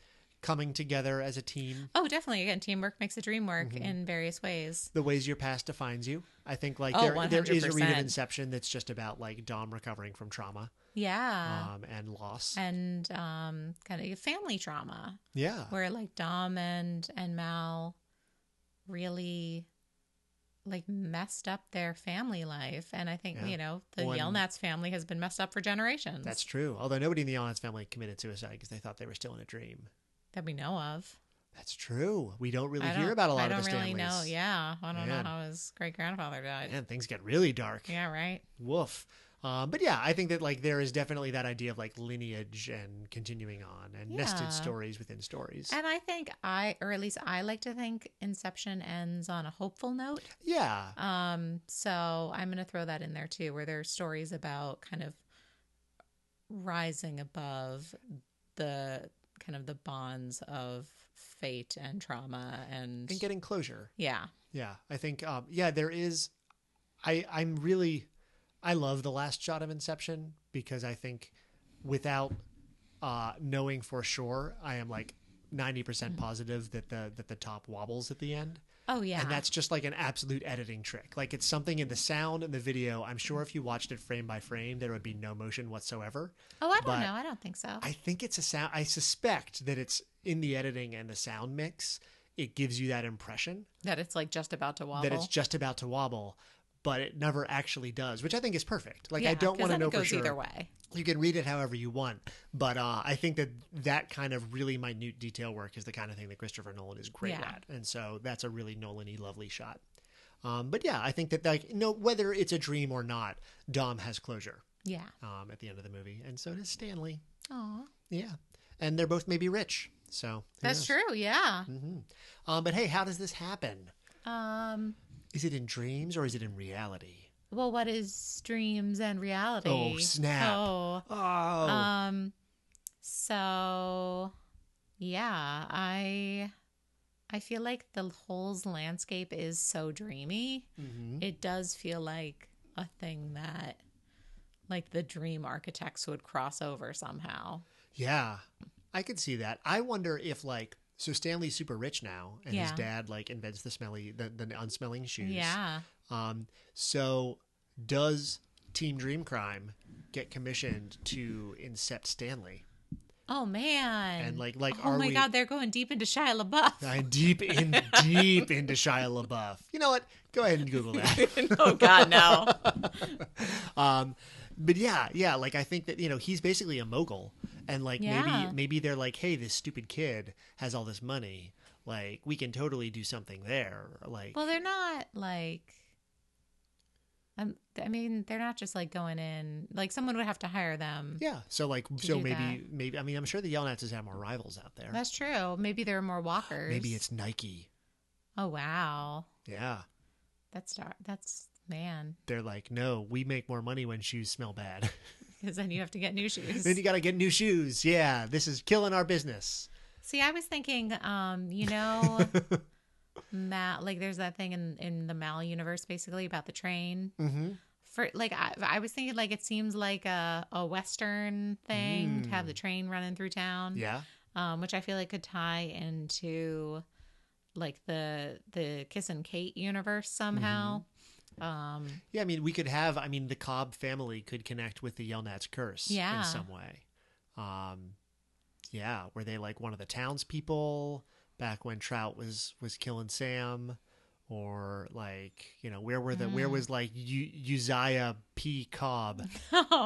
A: coming together as a team.
B: Oh, definitely. Again, teamwork makes the dream work
A: Mm-hmm.
B: in various ways.
A: The ways your past defines you. I think like
B: Oh,
A: there, there is a read of
B: 100%.
A: Inception that's just about like Dom recovering from trauma
B: Yeah.
A: um, and loss.
B: Uh, and um, kind of family trauma
A: yeah.
B: where like Dom and and Mal really like messed up their family life, and I think
A: Yeah.
B: you know the
A: One-
B: Yelnats family has been messed up for generations
A: That's true. Although nobody in the Allens family committed suicide because they thought they were still in a dream.
B: that we know of.
A: That's true. We don't really
B: I don't,
A: hear about a
B: I
A: lot
B: don't
A: of the
B: really know.
A: Stanleys.
B: Yeah, I don't
A: Man.
B: know how his great grandfather died.
A: And things get really dark.
B: Yeah, right.
A: Woof. Um, but yeah, I think that like there is definitely that idea of like lineage and continuing on and
B: Yeah.
A: nested stories within stories.
B: And I think I, or at least I like to think Inception ends on a hopeful note.
A: yeah.
B: Um, so I'm going to throw that in there too, where there's stories about kind of rising above the kind of the bonds of fate and trauma and,
A: And getting closure.
B: yeah,
A: Yeah. I think um, yeah, there is I I'm really I love the last shot of Inception because I think without uh knowing for sure, I am like 90% positive that the that the top wobbles at the end.
B: oh yeah,
A: And that's just like an absolute editing trick. Like it's something in the sound and the video. I'm sure if you watched it frame by frame, there would be no motion whatsoever.
B: oh I
A: but
B: don't know, I don't think so.
A: I think it's a sound. I suspect that it's in the editing and the sound mix. It gives you that impression
B: that it's like just about to wobble.
A: that it's just about to wobble, but it never actually does, which I think is perfect. Like I
B: Yeah,
A: don't want
B: 'cause
A: to
B: then
A: know
B: it goes
A: for sure.
B: either way.
A: You can read it however you want, but uh, I think that that kind of really minute detail work is the kind of thing that Christopher Nolan is great
B: Yeah.
A: at, and so that's a really Nolan-y lovely shot. Um, but yeah, I think that like no, whether it's a dream or not, Dom has closure
B: Yeah.
A: um, at the end of the movie, and so does Stanley.
B: Oh,
A: Yeah, and they're both maybe rich, so
B: that's true. Yeah.
A: hmm Um, but hey, how does this happen?
B: Um,
A: Is it in dreams or is it in reality?
B: well, what is dreams and reality?
A: Oh, snap.
B: Oh.
A: Oh,
B: Um so yeah, I I feel like the whole landscape is so dreamy.
A: Mhm.
B: It does feel like a thing that like the dream architects would cross over somehow.
A: yeah, I could see that. I wonder if like so Stanley's super rich now, and his
B: Yeah.
A: dad like invents the smelly the, the unsmelling shoes.
B: Yeah.
A: Um, so does Team Dream Crime get commissioned to incept Stanley?
B: Oh man.
A: And like, like,
B: oh
A: are
B: my
A: we?
B: god, they're going deep into Shia LaBeouf.
A: I'm deep in, deep into Shia LaBeouf. You know what? Go ahead and Google that.
B: oh god, no.
A: Um, but yeah, yeah, like I think that you know he's basically a mogul, and like
B: Yeah.
A: maybe maybe they're like, hey, this stupid kid has all this money, like we can totally do something there, like
B: Well, they're not like. Um, I mean, they're not just like going in. Like someone would have to hire them.
A: yeah. So like
B: To
A: so
B: do
A: maybe
B: that.
A: maybe I mean I'm sure the Yelnats have more rivals out there.
B: That's true. Maybe there are more walkers.
A: maybe it's Nike.
B: Oh wow,
A: Yeah,
B: that's dar- that's man.
A: they're like, no, we make more money when shoes smell bad.
B: Because then you have to get new shoes.
A: then you got to get new shoes. Yeah, this is killing our business.
B: See, I was thinking, um, you know, Mal. Like, there's that thing in in the Mal universe, basically about the train.
A: Mm-hmm.
B: For like, I, I was thinking, like, it seems like a a western thing to have the train running through town.
A: Mm. Yeah.
B: um, which I feel like could tie into like the the Kiss and Kate universe somehow.
A: Mm-hmm.
B: Um,
A: Yeah, I mean, we could have. I mean, the Cobb family could connect with the Yelnats curse
B: Yeah.
A: in some way. Um, yeah, were they like one of the townspeople back when Trout was was killing Sam, or like you know where were the where
B: Mm.
A: was like U- Uzziah P Cobb?
B: oh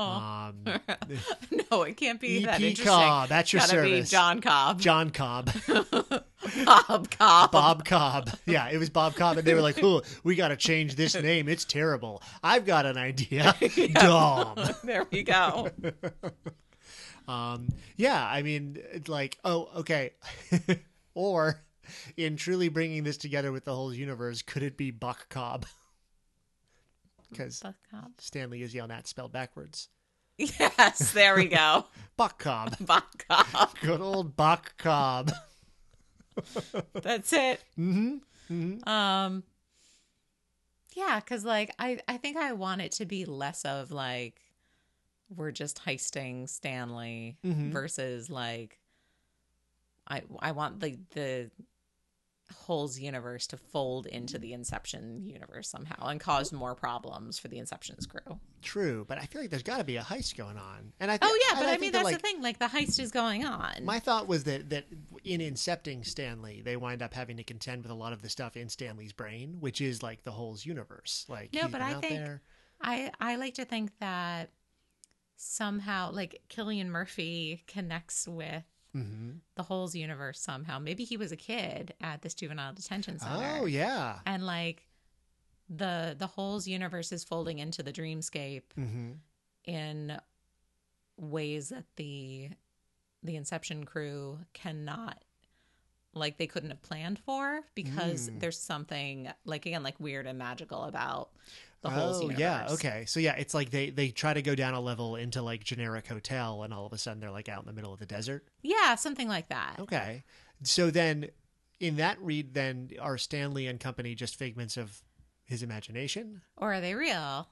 A: Um,
B: no, it can't be
A: E
B: that
A: P
B: interesting.
A: Cobb at your
B: Gotta be
A: service.
B: John Cobb,
A: John Cobb,
B: Bob Cobb.
A: Bob Cobb. Yeah, it was Bob Cobb, and they were like, "Oh, we got to change this name. It's terrible. I've got an idea, Dom."
B: there we go.
A: Um, yeah, I mean, it's like, oh, okay. or in truly bringing this together with the whole universe, could it be Buck Cobb? Because
B: Bob Cobb.
A: Stanley is yelling at spelled backwards.
B: Yes, there we go.
A: Buck Cobb.
B: Bob Cobb.
A: Good old Buck Cobb.
B: That's it.
A: hmm hmm
B: Um, yeah, because like I I think I want it to be less of like we're just heisting Stanley
A: Mhm.
B: versus like I I want the the Holes universe to fold into the Inception universe somehow and cause more problems for the Inception's crew.
A: True, but I feel like there's got to be a heist going on. And I think,
B: Oh yeah, but
A: and
B: I,
A: think
B: mean
A: that,
B: that's
A: like,
B: the thing. Like the heist is going on.
A: My thought was that that in incepting Stanley, they wind up having to contend with a lot of the stuff in Stanley's brain, which is like the whole universe. Like
B: No,
A: he's
B: but
A: been
B: I
A: out
B: think-
A: there.
B: I I like to think that somehow like Killian Murphy connects with
A: hmm
B: the Holes universe somehow. Maybe he was a kid at this juvenile detention center.
A: Oh yeah.
B: And like the the Holes universe is folding into the dreamscape
A: Mm-hmm.
B: in ways that the the Inception crew cannot like they couldn't have planned for because
A: Mm.
B: there's something like again like weird and magical about the Holes universe.
A: Oh, yeah. Okay. So yeah, it's like they they try to go down a level into like generic hotel, and all of a sudden they're like out in the middle of the desert.
B: Yeah, something like that.
A: Okay. So then, in that read, then are Stanley and company just figments of his imagination?
B: Or are they real?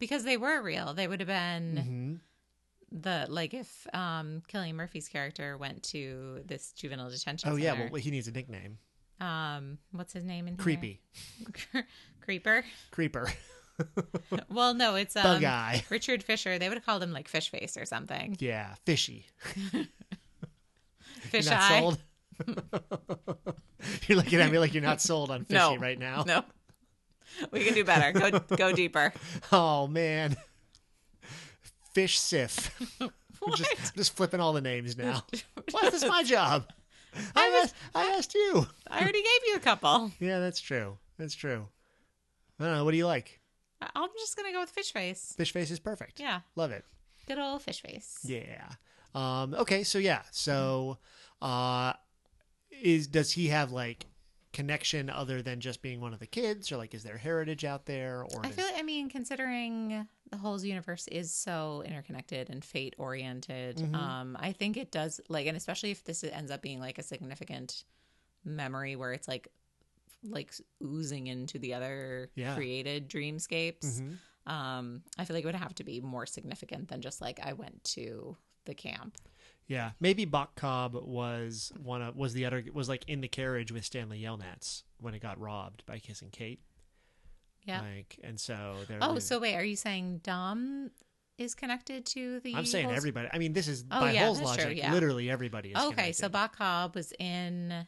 B: Because they were real. They would have been
A: Mm-hmm.
B: the like if um Killian Murphy's character went to this juvenile detention
A: Oh
B: center.
A: yeah. Well, he needs a nickname.
B: um what's his name in here?
A: Creepy.
B: Creeper.
A: Creeper.
B: Well, no, it's um
A: Bug eye.
B: Richard Fisher. They would have called him like Fish Face or something.
A: Yeah. Fishy.
B: Fish
A: you're not
B: Eye.
A: sold. you're looking at me like you're not sold on fishy
B: No.
A: right now.
B: No. We can do better. Go go deeper.
A: Oh man. Fish Sif. I'm
B: What?
A: just, I'm just flipping all the names now. Why is this my job? I asked, I asked you.
B: I already gave you a couple.
A: Yeah, that's true. That's true. I don't know. What do you like?
B: I- I'm just gonna go with Fish Face.
A: Fish face is perfect.
B: Yeah.
A: Love it.
B: Good old Fish Face.
A: Yeah. Um, okay. So yeah. So, uh, is does he have like connection other than just being one of the kids or like is there heritage out there or
B: I feel like, I mean, considering the whole universe is so interconnected and fate oriented,
A: Mhm.
B: um, I think it does like, and especially if this ends up being like a significant memory where it's like, like oozing into the other
A: Yeah.
B: created dreamscapes.
A: Mhm.
B: Um, I feel like it would have to be more significant than just like I went to the camp.
A: yeah maybe Bok Cobb was one of was the other was like in the carriage with Stanley Yelnats when it got robbed by kissing Kate
B: Yeah.
A: like and so there
B: Oh,
A: was-
B: so wait, are you saying Dom is connected to the?
A: I'm saying
B: Hulls-
A: everybody I mean this is
B: Oh,
A: by
B: yeah,
A: Hull's
B: that's true,
A: logic
B: yeah.
A: literally everybody is
B: okay,
A: connected.
B: so Bob Cobb was in the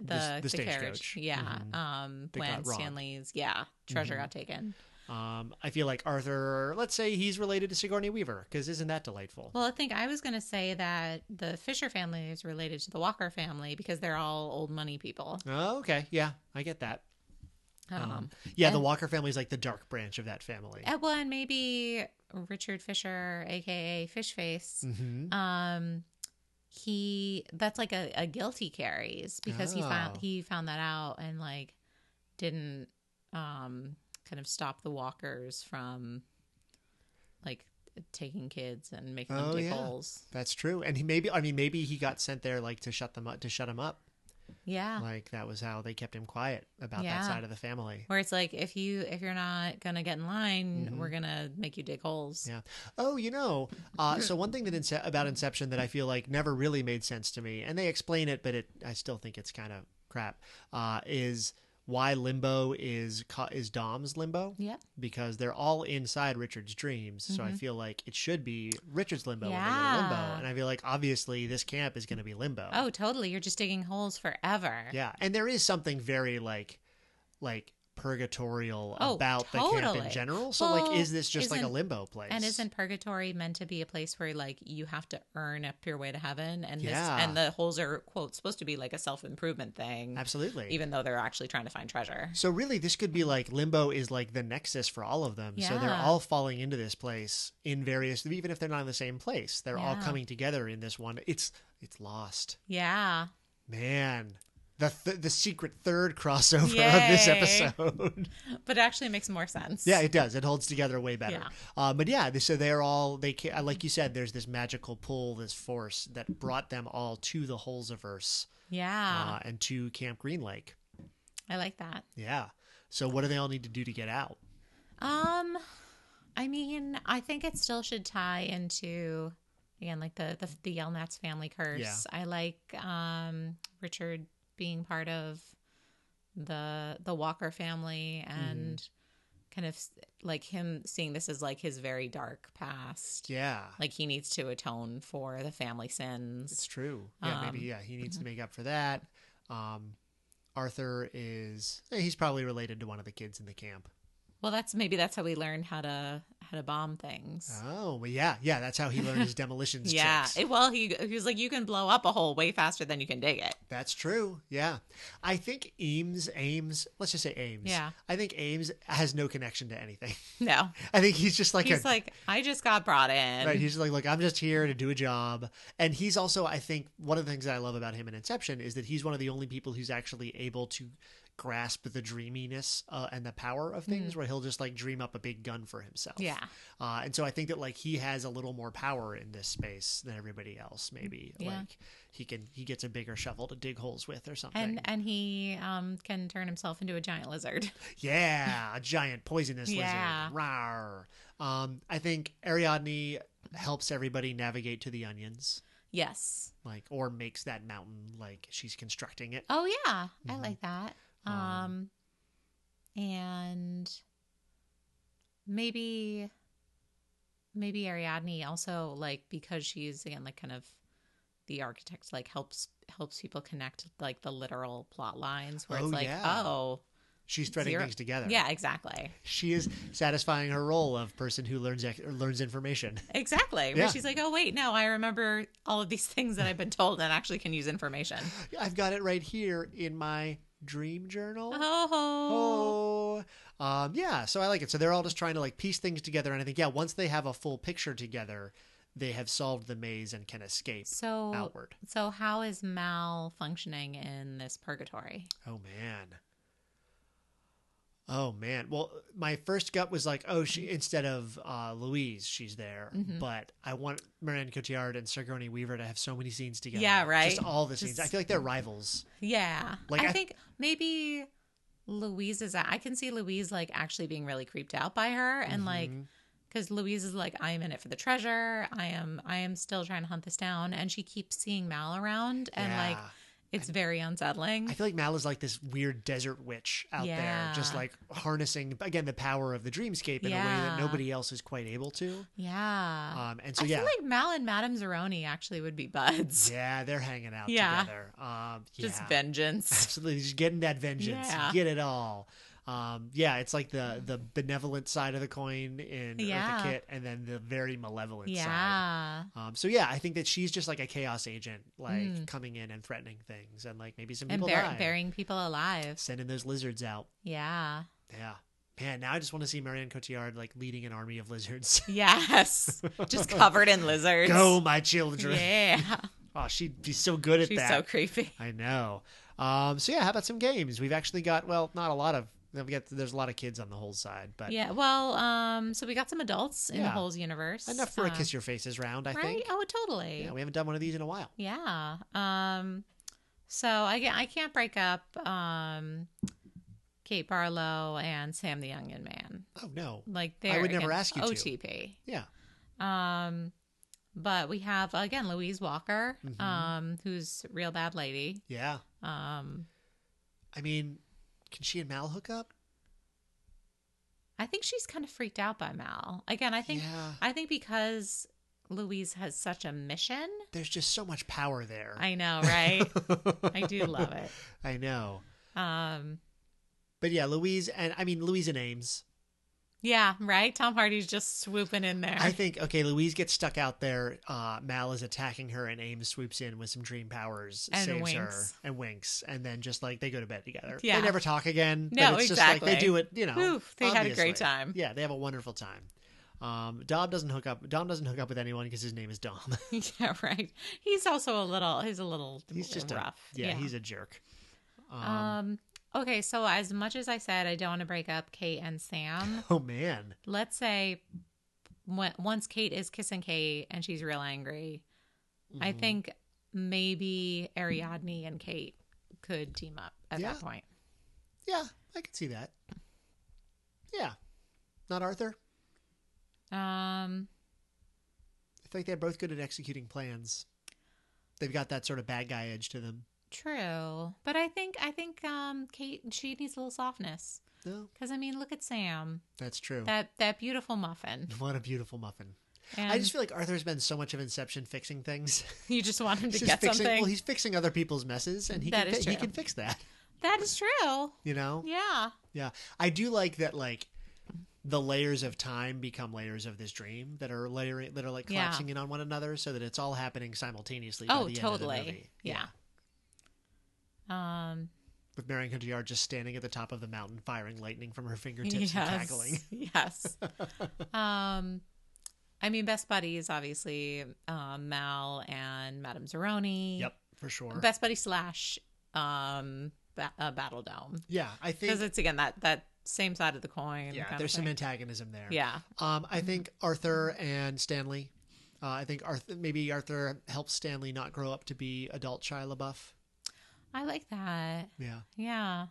B: the,
A: the
B: carriage,
A: stagecoach.
B: yeah.
A: Mhm.
B: Um,
A: That
B: when
A: got robbed.
B: Stanley's yeah treasure
A: Mhm.
B: got taken.
A: Um, I feel like Arthur, let's say he's related to Sigourney Weaver, because isn't that delightful?
B: Well, I think I was gonna say that the Fisher family is related to the Walker family because they're all old money people.
A: oh, okay. Yeah, I get that.
B: Um,
A: Um, yeah, the
B: and-
A: Walker family is like the dark branch of that family.
B: and- well, and maybe Richard Fisher, aka Fishface,
A: hmm
B: um he that's like a, a guilty carries because he found
A: Oh.
B: he found that out and like didn't um kind of stop the walkers from like taking kids and making
A: Oh,
B: them dig
A: yeah.
B: holes
A: That's true. And he maybe, I mean, maybe he got sent there like to shut them up, to shut him up.
B: yeah
A: Like that was how they kept him quiet about
B: Ah. Yeah.
A: that side of the family.
B: where it's like if you if you're not gonna get in line
A: Mhm.
B: we're gonna make you dig holes
A: Yeah. Oh, you know, uh, so one thing that Ince- about Inception that I feel like never really made sense to me, and they explain it, but it I still think it's kind of crap, uh, is why limbo is co- is Dom's limbo.
B: yep
A: because they're all inside Richard's dreams. So I
B: Mhm.
A: feel like it should be Richard's limbo and then limbo.
B: Yeah.
A: And I feel like obviously this camp is going to be limbo.
B: oh totally you're just digging holes forever
A: yeah. And there is something very like, like purgatorial
B: Oh,
A: about the camp
B: totally.
A: in general. So
B: Well,
A: like, is this just like a
B: isn't-
A: limbo place?
B: And isn't purgatory meant to be a place where like you have to earn up your way to heaven? And this,
A: Yeah.
B: and the holes are quote supposed to be like a self improvement thing,
A: absolutely.
B: even though they're actually trying to find treasure.
A: so really, this could be like limbo is like the nexus for all of them. So they're
B: Yeah.
A: all falling into this place in various, even if they're not in the same place, they're all
B: Yeah.
A: coming together in this one. It's it's lost.
B: Yeah,
A: Man, the th- the secret third crossover of this
B: Yay.
A: episode.
B: but it actually makes more sense.
A: yeah, it does. It holds together way better.
B: Yeah.
A: Uh, but yeah, they, so they're all they ca- uh, like you said. There's this magical pull, this force that brought them all to the Holesiverse
B: yeah,
A: uh, and to Camp Green Lake.
B: I like that.
A: Yeah. So what do they all need to do to get out?
B: Um, I mean, I think it still should tie into again like the the, the Yelnats family curse. I like um Richard being part of the the Walker family and
A: Mm-hmm.
B: kind of s- like him seeing this as like his very dark past.
A: Yeah,
B: Like he needs to atone for the family sins.
A: it's true. Yeah, maybe.
B: Um,
A: Yeah, he needs to make up for that. Um, Arthur is eh, he's probably related to one of the kids in the camp.
B: Well, that's maybe that's how we learned how to how to bomb things.
A: Oh, well, yeah, yeah. That's how he learned his demolitions.
B: yeah.
A: tricks.
B: It- well, he he was like, you can blow up a hole way faster than you can dig it.
A: That's true. Yeah. I think Ames, Ames, let's just say Ames.
B: Yeah.
A: I think Ames has no connection to anything.
B: No.
A: I think he's just like
B: he's
A: a.
B: like, I just got brought in.
A: Right, he's like, look, I'm just here to do a job, and he's also, I think, one of the things that I love about him in Inception is that he's one of the only people who's actually able to grasp the dreaminess uh, and the power of things, where he'll just like dream up a big gun for himself.
B: Mm-hmm. yeah.
A: Uh, and so I think that like he has a little more power in this space than everybody else. Maybe
B: Yeah.
A: like he can he gets a bigger shovel to dig holes with or something.
B: And and he um can turn himself into a giant lizard.
A: Yeah, a giant poisonous
B: Yeah.
A: lizard. Rawr. Um, I think Ariadne helps everybody navigate to the onions,
B: yes.
A: like or makes that mountain like she's constructing it.
B: Oh yeah. I
A: Mhm.
B: like that. Um,
A: Um,
B: and maybe maybe Ariadne also like because she's again like kind of the architect like helps helps people connect like the literal plot lines where
A: Oh,
B: it's like,
A: yeah.
B: oh
A: She's threading
B: Zero-
A: things together.
B: yeah, exactly.
A: She is satisfying her role of person who learns ex- or learns information.
B: Exactly. Where
A: Yeah.
B: she's like, oh, wait, no, I remember all of these things that I've been told and actually can use information.
A: I've got it right here in my dream journal.
B: Uh-huh. Oh,
A: Oh, um, yeah. So I like it. So they're all just trying to like piece things together, and I think yeah, once they have a full picture together, they have solved the maze and can escape
B: So
A: outward.
B: so how is Mal functioning in this purgatory?
A: Oh man. Oh man. Well, my first gut was like, oh, she instead of uh, Louise, she's there.
B: Mm-hmm.
A: But I want Miranda Cotillard and Sigourney Weaver to have so many scenes together.
B: Yeah, right.
A: Just all the scenes.
B: Just-
A: I feel like they're rivals.
B: Yeah.
A: Like,
B: I,
A: I-
B: think maybe Louise is I can see Louise like actually being really creeped out by her and like
A: Mm-hmm.
B: cuz Louise is like I am in it for the treasure. I am I am still trying to hunt this down and she keeps seeing Mal around and like
A: Yeah.
B: it's very unsettling.
A: I feel like Mal is like this weird desert witch out there, just
B: Yeah.
A: like harnessing again the power of the dreamscape in a way
B: Yeah.
A: that nobody else is quite able to.
B: yeah.
A: Um, and so
B: I
A: yeah,
B: feel like Mal and Madame Zeroni actually would be buds.
A: yeah, they're hanging out
B: Yeah.
A: together. Um, yeah.
B: Just vengeance.
A: Absolutely, just getting that vengeance,
B: Yeah.
A: get it all. Um, yeah, it's like the the benevolent side of the coin in
B: Yeah.
A: Eartha Kitt, and then the very malevolent side.
B: yeah.
A: Um, so yeah, I think that she's just like a chaos agent, like
B: Mm.
A: coming in and threatening things, and like maybe some
B: And
A: people
B: bur-
A: die,
B: burying people alive.
A: sending those lizards out.
B: Yeah.
A: Yeah, man. Now I just want to see Marianne Cotillard like leading an army of lizards.
B: Yes. Just covered in lizards.
A: Go, my children!
B: Yeah.
A: Oh, she'd be so good at
B: She's
A: that.
B: so creepy.
A: I know. Um, so yeah, how about some games? We've actually got well, not a lot of. We've got there's a lot of kids on the whole side, but
B: Yeah. Well, um, so we got some adults in the
A: Yeah.
B: Holes universe.
A: enough for a
B: Um,
A: kiss your faces round. I
B: right?
A: think.
B: Oh, totally.
A: Yeah, we haven't done one of these in a while.
B: Yeah. Um so I ca- I can't break up um Kate Barlow and Sam the Youngin man.
A: Oh no.
B: Like they're
A: would never
B: again,
A: ask you to.
B: OTP.
A: Yeah.
B: Um but we have again Louise Walker,
A: Mm-hmm.
B: um, who's a real bad lady.
A: Yeah.
B: Um
A: I mean, can she and Mal hook up?
B: I think she's kind of freaked out by Mal. Again, I think
A: Yeah.
B: I think because Louise has such a mission.
A: There's just so much power there.
B: I know, right? I do love it.
A: I know.
B: Um
A: But yeah, Louise and I mean Louise and Ames.
B: yeah, right? Tom Hardy's just swooping in there.
A: I think okay, Louise gets stuck out there. Uh, Mal is attacking her, and Ames swoops in with some dream powers,
B: And
A: saves
B: winks.
A: her, and winks, and then just like they go to bed together.
B: Yeah.
A: They never talk again.
B: No,
A: but it's Just like they
B: exactly.
A: do it. You know,
B: Oof, they had a great
A: obviously.
B: time.
A: Yeah, they have a wonderful time. Um, Dom doesn't hook up. Dom doesn't hook up with anyone because his name is Dom.
B: yeah, right. He's also a little. He's a little.
A: he's just
B: rough.
A: A, yeah, he's a jerk. Um,
B: um. Okay, so as much as I said I don't want to break up Kate and Sam,
A: oh man,
B: let's say when- once Kate is kissing Kate and she's real angry, I
A: Mhm.
B: think maybe Ariadne and Kate could team up at
A: Yeah.
B: that point.
A: Yeah, I can see that. Yeah, not Arthur.
B: Um.
A: I feel like they're both good at executing plans. They've got that sort of bad guy edge to them.
B: True, but I think I think um Kate she needs a little softness
A: No,
B: because I mean look at Sam
A: that's true.
B: that that beautiful muffin.
A: what a beautiful muffin.
B: And
A: I just feel like Arthur's been so much of Inception fixing things.
B: you just want him to
A: He's
B: get
A: fixing,
B: something.
A: Well, he's fixing other people's messes, and he
B: That
A: can,
B: is
A: fi- he
B: true.
A: can fix that.
B: That is true.
A: You know?
B: Yeah.
A: Yeah. I do like that. Like the layers of time become layers of this dream that are layering that are like
B: Yeah.
A: collapsing in on one another, so that it's all happening simultaneously. by the
B: Oh,
A: End of the
B: totally.
A: movie.
B: Yeah. Um
A: with Marion Cotillard just standing at the top of the mountain, firing lightning from her fingertips and
B: yes.
A: cackling.
B: Yes. um I mean best buddies obviously um Mal and Madame Zeroni.
A: Yep, for sure.
B: Best buddy slash um ba- uh, Battle Dome.
A: yeah, I
B: Cuz
A: think.
B: it's again that that same side of the coin.
A: Yeah,
B: kind of
A: there's some
B: thing.
A: antagonism there.
B: Yeah. Mm-hmm.
A: Um, I think Arthur and Stanley. Uh, I think Arthur maybe Arthur helps Stanley not grow up to be adult Shia LaBeouf.
B: I like that.
A: Yeah,
B: Yeah.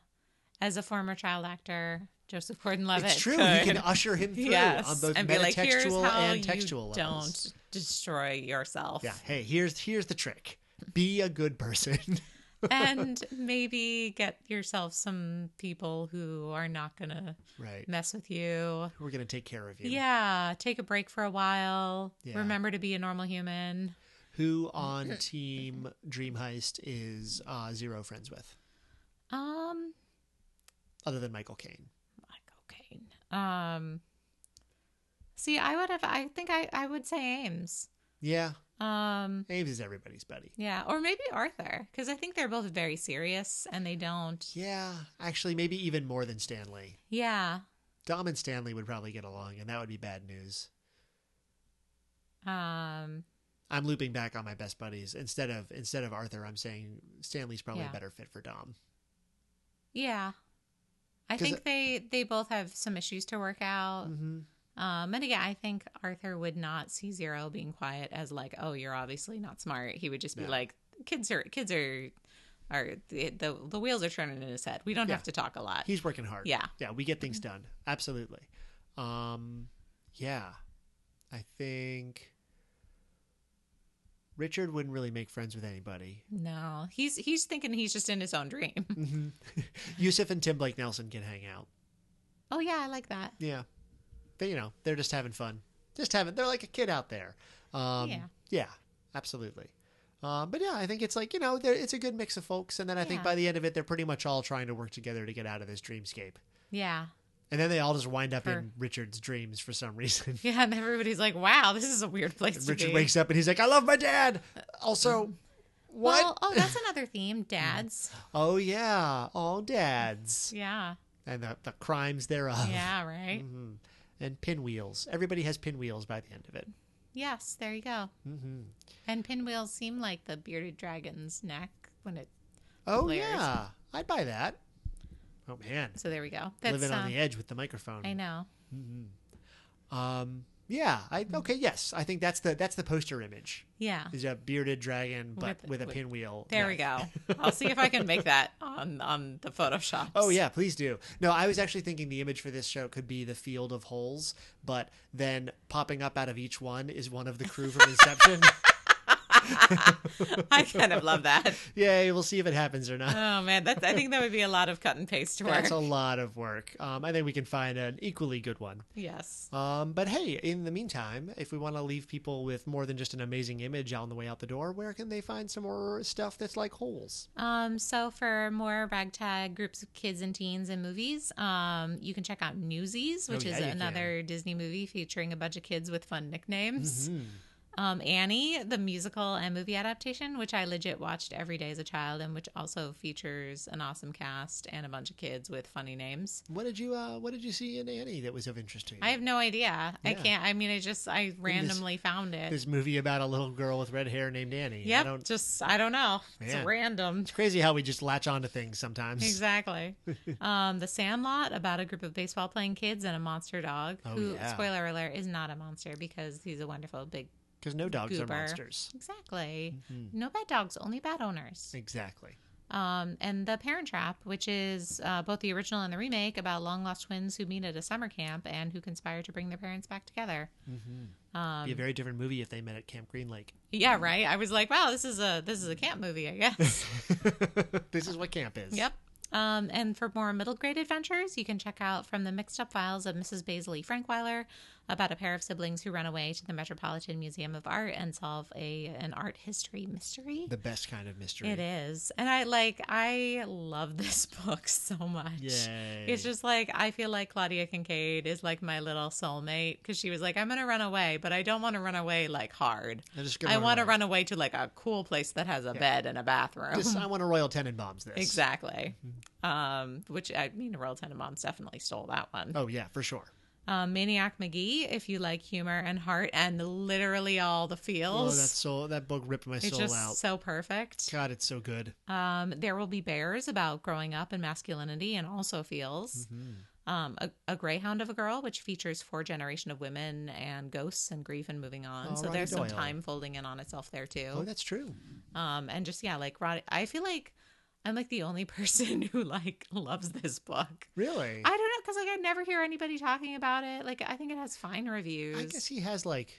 B: As a former child actor, Joseph Gordon-Levitt.
A: it's true.
B: could.
A: He can usher him through
B: yes.
A: on both
B: and be like, here's
A: metatextual
B: how
A: and
B: you
A: textual levels.
B: Don't destroy yourself.
A: Yeah. Hey, here's here's the trick. Be a good person.
B: and maybe get yourself some people who are not going to
A: right.
B: mess with you.
A: We're gonna take care of you.
B: Yeah. Take a break for a while.
A: Yeah.
B: Remember to be a normal human.
A: Who on Team Dream Heist is uh, zero friends with,
B: Um,
A: other than Michael Caine?
B: like, okay. Um, see, I would have, I think I, I would say Ames.
A: Yeah,
B: Um,
A: Ames is everybody's buddy.
B: Yeah, or maybe Arthur, because I think they're both very serious and they don't.
A: Yeah, actually, maybe even more than Stanley.
B: Yeah,
A: Dom and Stanley would probably get along, and that would be bad news.
B: Um,
A: I'm looping back on my best buddies instead of instead of Arthur. I'm saying Stanley's probably
B: Yeah.
A: a better fit for Dom.
B: yeah. I
A: 'Cause
B: think they they both have some issues to work out.
A: Mm-hmm.
B: Um, and again, I think Arthur would not see Zero being quiet as like, oh, you're obviously not smart. He would just be
A: No.
B: like, kids are kids are are the the, the wheels are turning in his head. We don't
A: Yeah.
B: have to talk a lot.
A: He's working hard.
B: uh, yeah,
A: yeah, we get things done. Absolutely. Um, yeah, I think Richard wouldn't really make friends with anybody.
B: no, he's he's thinking he's just in his own dream.
A: Mhm. Yusuf and Tim Blake Nelson can hang out.
B: oh yeah, I like that.
A: Yeah, they you know they're just having fun, just having. They're like a kid out there. Um,
B: Yeah.
A: yeah, absolutely. Um, but yeah, I think it's like you know there- it's a good mix of folks, and then I think
B: Yeah.
A: by the end of it, they're pretty much all trying to work together to get out of this dreamscape.
B: Yeah,
A: And then they all just wind up
B: Her.
A: in Richard's dreams for some reason.
B: yeah, and everybody's like, wow, this is a weird place to
A: Richard
B: be.
A: wakes up and he's like, "I love my dad." Also, what? Mm.
B: Well, oh, that's another theme, dads.
A: oh yeah, all dads
B: yeah,
A: and the, the crimes thereof.
B: yeah, right.
A: hmm And pinwheels. Everybody has pinwheels by the end of it.
B: Yes, there you go.
A: hmm
B: And pinwheels seem like the bearded dragon's neck when it.
A: Oh
B: Layers.
A: yeah, I'd buy that. Oh man,
B: So there we go. That's
A: living
B: uh,
A: on the edge with the microphone.
B: I know.
A: Um, yeah. I
B: Hmm.
A: okay. Yes, I think that's the that's the poster image.
B: Yeah.
A: Is a bearded dragon, but
B: With-
A: with, a
B: with-
A: pinwheel.
B: There
A: neck.
B: we go. I'll see if I can make that on on the Photoshop.
A: Oh yeah, please do. No, I was actually thinking the image for this show could be the field of holes, but then popping up out of each one is one of the crew from Inception.
B: I kind of love that.
A: Yay, we'll see if it happens or not.
B: Oh man, that's I think that would be a lot of cut and paste work.
A: That's a lot of work. Um, I think we can find an equally good one.
B: yes.
A: Um, but hey, in the meantime, if we want to leave people with more than just an amazing image on the way out the door, where can they find some more stuff that's like holes?
B: Um, so for more ragtag groups of kids and teens and movies, um, you can check out Newsies, which
A: Oh, yeah,
B: is
A: you can.
B: another Disney movie featuring a bunch of kids with fun nicknames.
A: Hmm.
B: Um, Annie, the musical and movie adaptation, which I legit watched every day as a child, and which also features an awesome cast and a bunch of kids with funny names.
A: What did you uh, What did you see in Annie that was of interest to you?
B: I have no idea. I
A: Yeah.
B: can't. I mean, I just I randomly found it.
A: this movie about a little girl with red hair named Annie. I
B: yep.
A: don't-
B: just I don't know.
A: Man.
B: It's random.
A: It's crazy how we just latch onto things sometimes.
B: Exactly. um, the Sandlot about a group of baseball playing kids and a monster dog.
A: Oh,
B: who,
A: yeah.
B: spoiler alert, is not a monster because he's a wonderful big.
A: Because no dogs
B: Goober.
A: are monsters.
B: Exactly.
A: Mm-hmm.
B: No bad dogs, only bad owners.
A: Exactly.
B: Um, and The Parent Trap, which is uh, both the original and the remake about long lost twins who meet at a summer camp and who conspire to bring their parents back together.
A: Mm-hmm.
B: Um,
A: Be a very different movie if they met at Camp Green Lake.
B: yeah, right. I was like, wow, this is a this is a camp movie, I guess.
A: this is what camp is.
B: Yep. Um, and for more middle grade adventures, you can check out From the Mixed Up Files of Mrs. Baisley Frankweiler about a pair of siblings who run away to the Metropolitan Museum of Art and solve a an art history mystery.
A: The best kind of mystery.
B: It is. And I like I love this book so much.
A: Yay.
B: It's just like I feel like Claudia Kincaid is like my little soulmate because she was like, I'm gonna run away, but I don't want to run away like hard.
A: I, just
B: I want to run away to like a cool place that has a bed and a bathroom.
A: This, I want to Royal Tenenbaums this.
B: Exactly.
A: Mm-hmm.
B: Um, which I mean, Royal Tenenbaums definitely stole that one.
A: Oh, yeah, for sure.
B: Um, Maniac McGee, if you like humor and heart and literally all the
A: Oh,
B: feels,
A: that soul, that book ripped my
B: it's
A: soul
B: just
A: out.
B: so perfect.
A: God, it's so good.
B: Um, there will be bears about growing up and masculinity and also
A: Mm-hmm.
B: feels. Um, a, a Greyhound of a Girl, which features four generation of women and ghosts and grief and moving on.
A: Oh,
B: so
A: Roddy
B: there's some
A: Doyle.
B: time folding in on itself there too.
A: Oh, that's true.
B: um and just yeah like Rod I feel like I'm like the only person who like loves this book.
A: Really?
B: I don't know cuz like I never hear anybody talking about it. Like I think it has fine reviews.
A: I guess he has like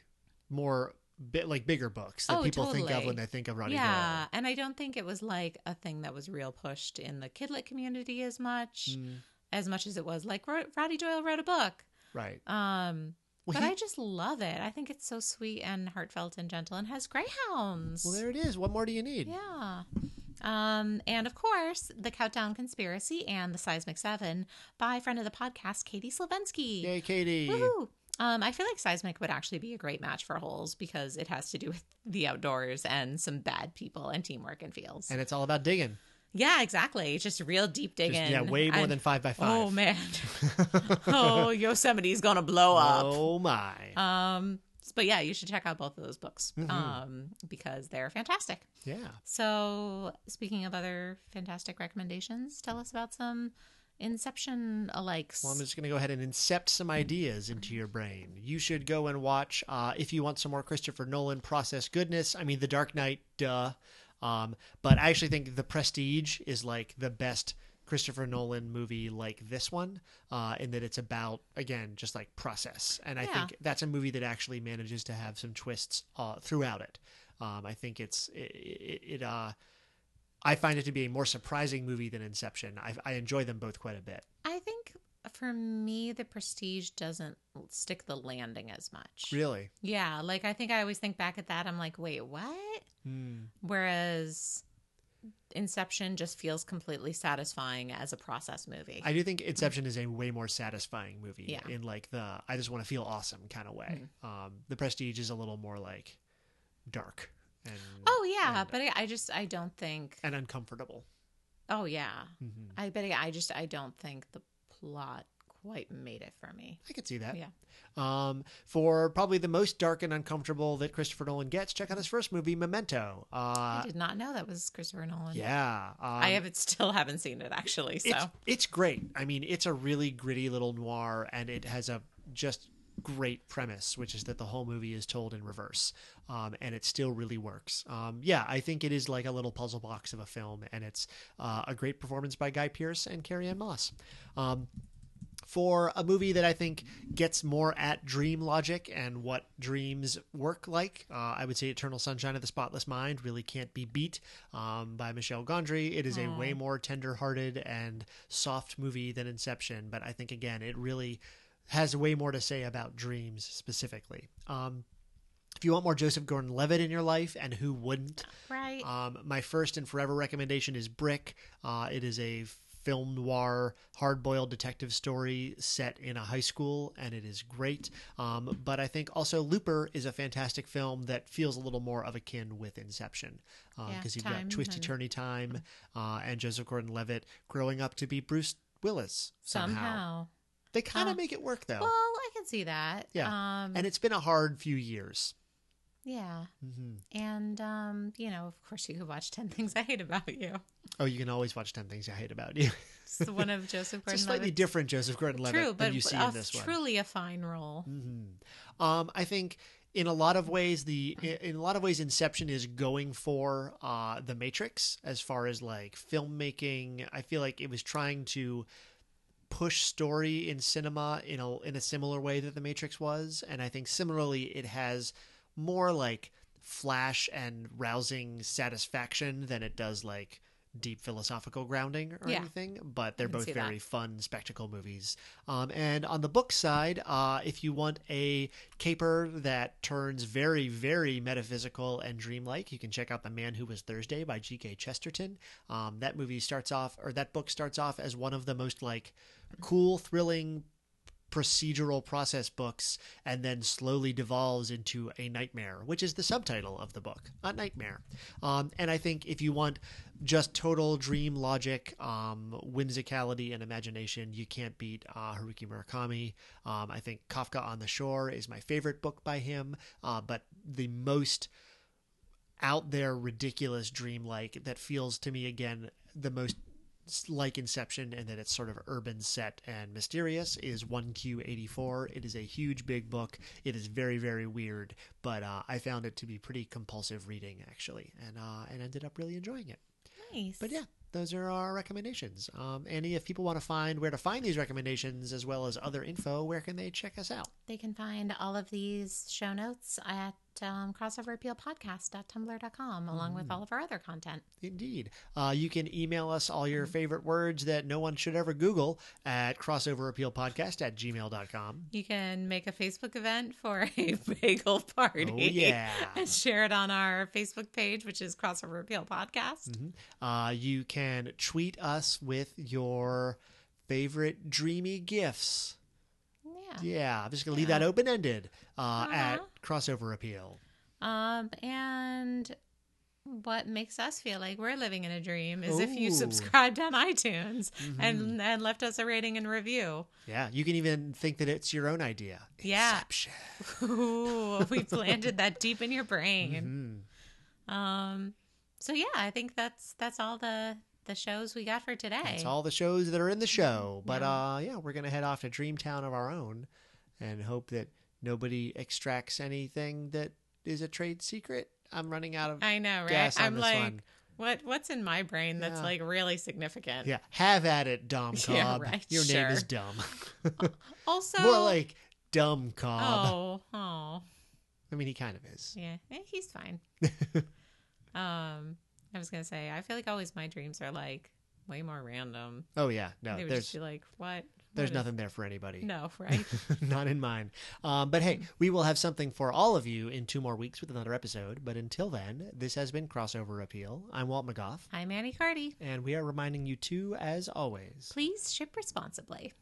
A: more, bit like bigger books that
B: Oh,
A: people think of
B: totally.
A: when they think of Roddy
B: yeah, and I don't think it was like a thing that was real pushed in the kidlit community as much
A: Doyle. Mm,
B: as much as it was like Ro- Roddy Doyle wrote a book.
A: right.
B: Um
A: Well,
B: but
A: he-
B: I just love it. I think it's so sweet and heartfelt and gentle and has greyhounds.
A: well, there it is. What more do you need?
B: Yeah. Um, and of course, The Countdown Conspiracy and The Seismic Seven by friend of the podcast, Katie Slovensky.
A: Yay, Katie.
B: Woohoo! Um, I feel like Seismic would actually be a great match for Holes because it has to do with the outdoors and some bad people and teamwork and feels.
A: And it's all about digging.
B: yeah, exactly. It's just real deep digging.
A: Just, yeah, way more
B: And-
A: than five by five.
B: Oh, man. oh, Yosemite's going to blow up.
A: Oh my.
B: Um, podcasts. But yeah, you should check out both of those books
A: Mhm.
B: um, because they're fantastic.
A: Yeah.
B: So, speaking of other fantastic recommendations, tell us about some Inception alikes.
A: Well, I'm just going to go ahead and incept some ideas into your brain. You should go and watch, uh, if you want some more Christopher Nolan process goodness. I mean, The Dark Knight, duh. Um, but I actually think The Prestige is like the best Christopher Nolan movie like this one, uh, in that it's about, again, just like process. And I
B: Yeah.
A: think that's a movie that actually manages to have some twists uh, throughout it. Um, I think it's, it, it, it uh, I find it to be a more surprising movie than Inception. I, I enjoy them both quite a bit.
B: I think for me, the prestige doesn't stick the landing as much.
A: Really?
B: Yeah, like I think I always think back at that. I'm like, wait, what?
A: Mm.
B: Whereas Inception just feels completely satisfying as a process movie.
A: I do think Inception is a way more satisfying movie
B: Yeah. Hmm.
A: in like the I just want to feel awesome kind of way. Um, the Prestige is a little more like dark and
B: oh yeah,
A: and,
B: but I, I just I don't think.
A: and uncomfortable.
B: Oh yeah,
A: hmm
B: I but I just I don't think the plot quite made it for me.
A: I could see that.
B: Yeah.
A: Um, for probably the most dark and uncomfortable that Christopher Nolan gets, check out his first movie, Memento.
B: I
A: Uh,
B: did not know that was Christopher Nolan.
A: yeah. Um,
B: I haven't still haven't seen it actually. So
A: It's, it's great. I mean, it's a really gritty little noir, and it has a just great premise, which is that the whole movie is told in reverse, um, and it still really works. Um, yeah, I think it is like a little puzzle box of a film, and it's uh, a great performance by Guy Pearce and Carrie Ann Moss. Um, for a movie that I think gets more at dream logic and what dreams work like. Uh, I would say Eternal Sunshine of the Spotless Mind really can't be beat um, by Michelle Gondry. It is a
B: Aw.
A: way more tender hearted and soft movie than Inception, but I think, again, it really has way more to say about dreams specifically. Um, if you want more Joseph Gordon Levitt in your life, and who wouldn't?
B: right.
A: Um, my first and forever recommendation is Brick. Uh, it is a film noir, hard boiled detective story set in a high school, and it is great. Um, but I think also Looper is a fantastic film that feels a little more of akin with Inception
B: Yeah,
A: because you've
B: time
A: got Twisty
B: and-
A: Turny Time uh, and Joseph Gordon Levitt growing up to be Bruce Willis somehow.
B: somehow.
A: They kind of
B: Huh.
A: make it work though.
B: Well, I can see that.
A: Yeah.
B: Um,
A: and it's been a hard few years.
B: yeah.
A: hmm
B: And um, you know, of course, you could watch Ten Things I Hate About You.
A: Oh, you can always watch 10 Things I Hate About You.
B: It's the one of Joseph
A: It's a
B: Gordon-Levitt.
A: slightly different Joseph Gordon Levitt
B: True,
A: than
B: but
A: you see
B: a-
A: in this one.
B: truly a fine role.
A: hmm Um, I think in a lot of ways, the in a lot of ways, Inception is going for uh, the Matrix as far as like filmmaking. I feel like it was trying to push story in cinema in a in a similar way that the Matrix was, and I think similarly, it has more like flash and rousing satisfaction than it does like deep philosophical grounding or
B: Yeah.
A: anything but they're
B: can
A: both
B: see that.
A: very fun spectacle movies um, and on the book side uh, if you want a caper that turns very very metaphysical and dreamlike you can check out the man who was thursday by g.k chesterton um, that movie starts off or that book starts off as one of the most like cool thrilling procedural process books and then slowly devolves into a nightmare, which is the subtitle of the book, a nightmare. Um, and I think if you want just total dream logic, um, whimsicality, and imagination, you can't beat uh, Haruki Murakami. Um, I think Kafka on the Shore is my favorite book by him, uh, but the most out there ridiculous dreamlike that feels to me again the most s- like Inception and that it's sort of urban set and mysterious is 1Q84. It is a huge big book. It is very very weird, but uh, I found it to be pretty compulsive reading actually, and uh, and ended up really enjoying it.
B: Nice.
A: Mm. But yeah, those are our recommendations. Um, Annie, if people want to find where to find these recommendations as well as other info, where can they check us out?
B: They can find all of these show notes at um, crossoverappealpodcast.tumblr.com along
A: Mm.
B: with all of our other content.
A: Indeed. Uh, you can email us all your favorite words that no one should ever Google at crossoverappealpodcast at gmail.com.
B: You can make a Facebook event for a bagel party.
A: Oh, yeah.
B: And share it on our Facebook page, which is Crossover Appeal Podcast.
A: Uh, you can tweet us with your favorite dreamy gifts. Mm.
B: Yeah.
A: Yeah, I'm just going to leave that open ended uh, at
B: Uh-huh.
A: crossover appeal.
B: Um, and what makes us feel like we're living in a dream is if you
A: Ooh. Mm-hmm.
B: subscribed on iTunes and and left us a rating and review.
A: Yeah, you can even think that it's your own idea.
B: Yeah.
A: Inception.
B: Ooh, we planted that deep in your
A: Mm-hmm.
B: brain. Um, so yeah, I think that's that's all the the shows we got for today.
A: That's all the shows that are in the show. But
B: Mm-hmm. Yeah.
A: uh, yeah, we're going to head off to Dreamtown of our own and hope that nobody extracts anything that is a trade secret. I'm running out of
B: I know, right?
A: gas on
B: I'm
A: this
B: like,
A: one.
B: what what's in my brain that's
A: Yeah.
B: like really significant?
A: Yeah, have at it, Dom Cobb.
B: Yeah, right,
A: Your name is
B: sure.
A: dumb.
B: Also,
A: More like Dumb Cobb.
B: oh, oh,
A: I mean, he kind of is.
B: yeah, eh, he's fine. um, I was gonna say, I feel like always my dreams are like way more random.
A: Oh yeah, no,
B: they would
A: there's
B: just be like, what?
A: there's
B: What is-
A: nothing there for anybody.
B: No, right?
A: Not in mine. Um, but hey, we will have something for all of you in two more weeks with another episode. But until then, this has been Crossover Appeal. I'm Walt McGough,
B: I'm Annie Cardi.
A: and we are reminding you too, as always.
B: Please ship responsibly.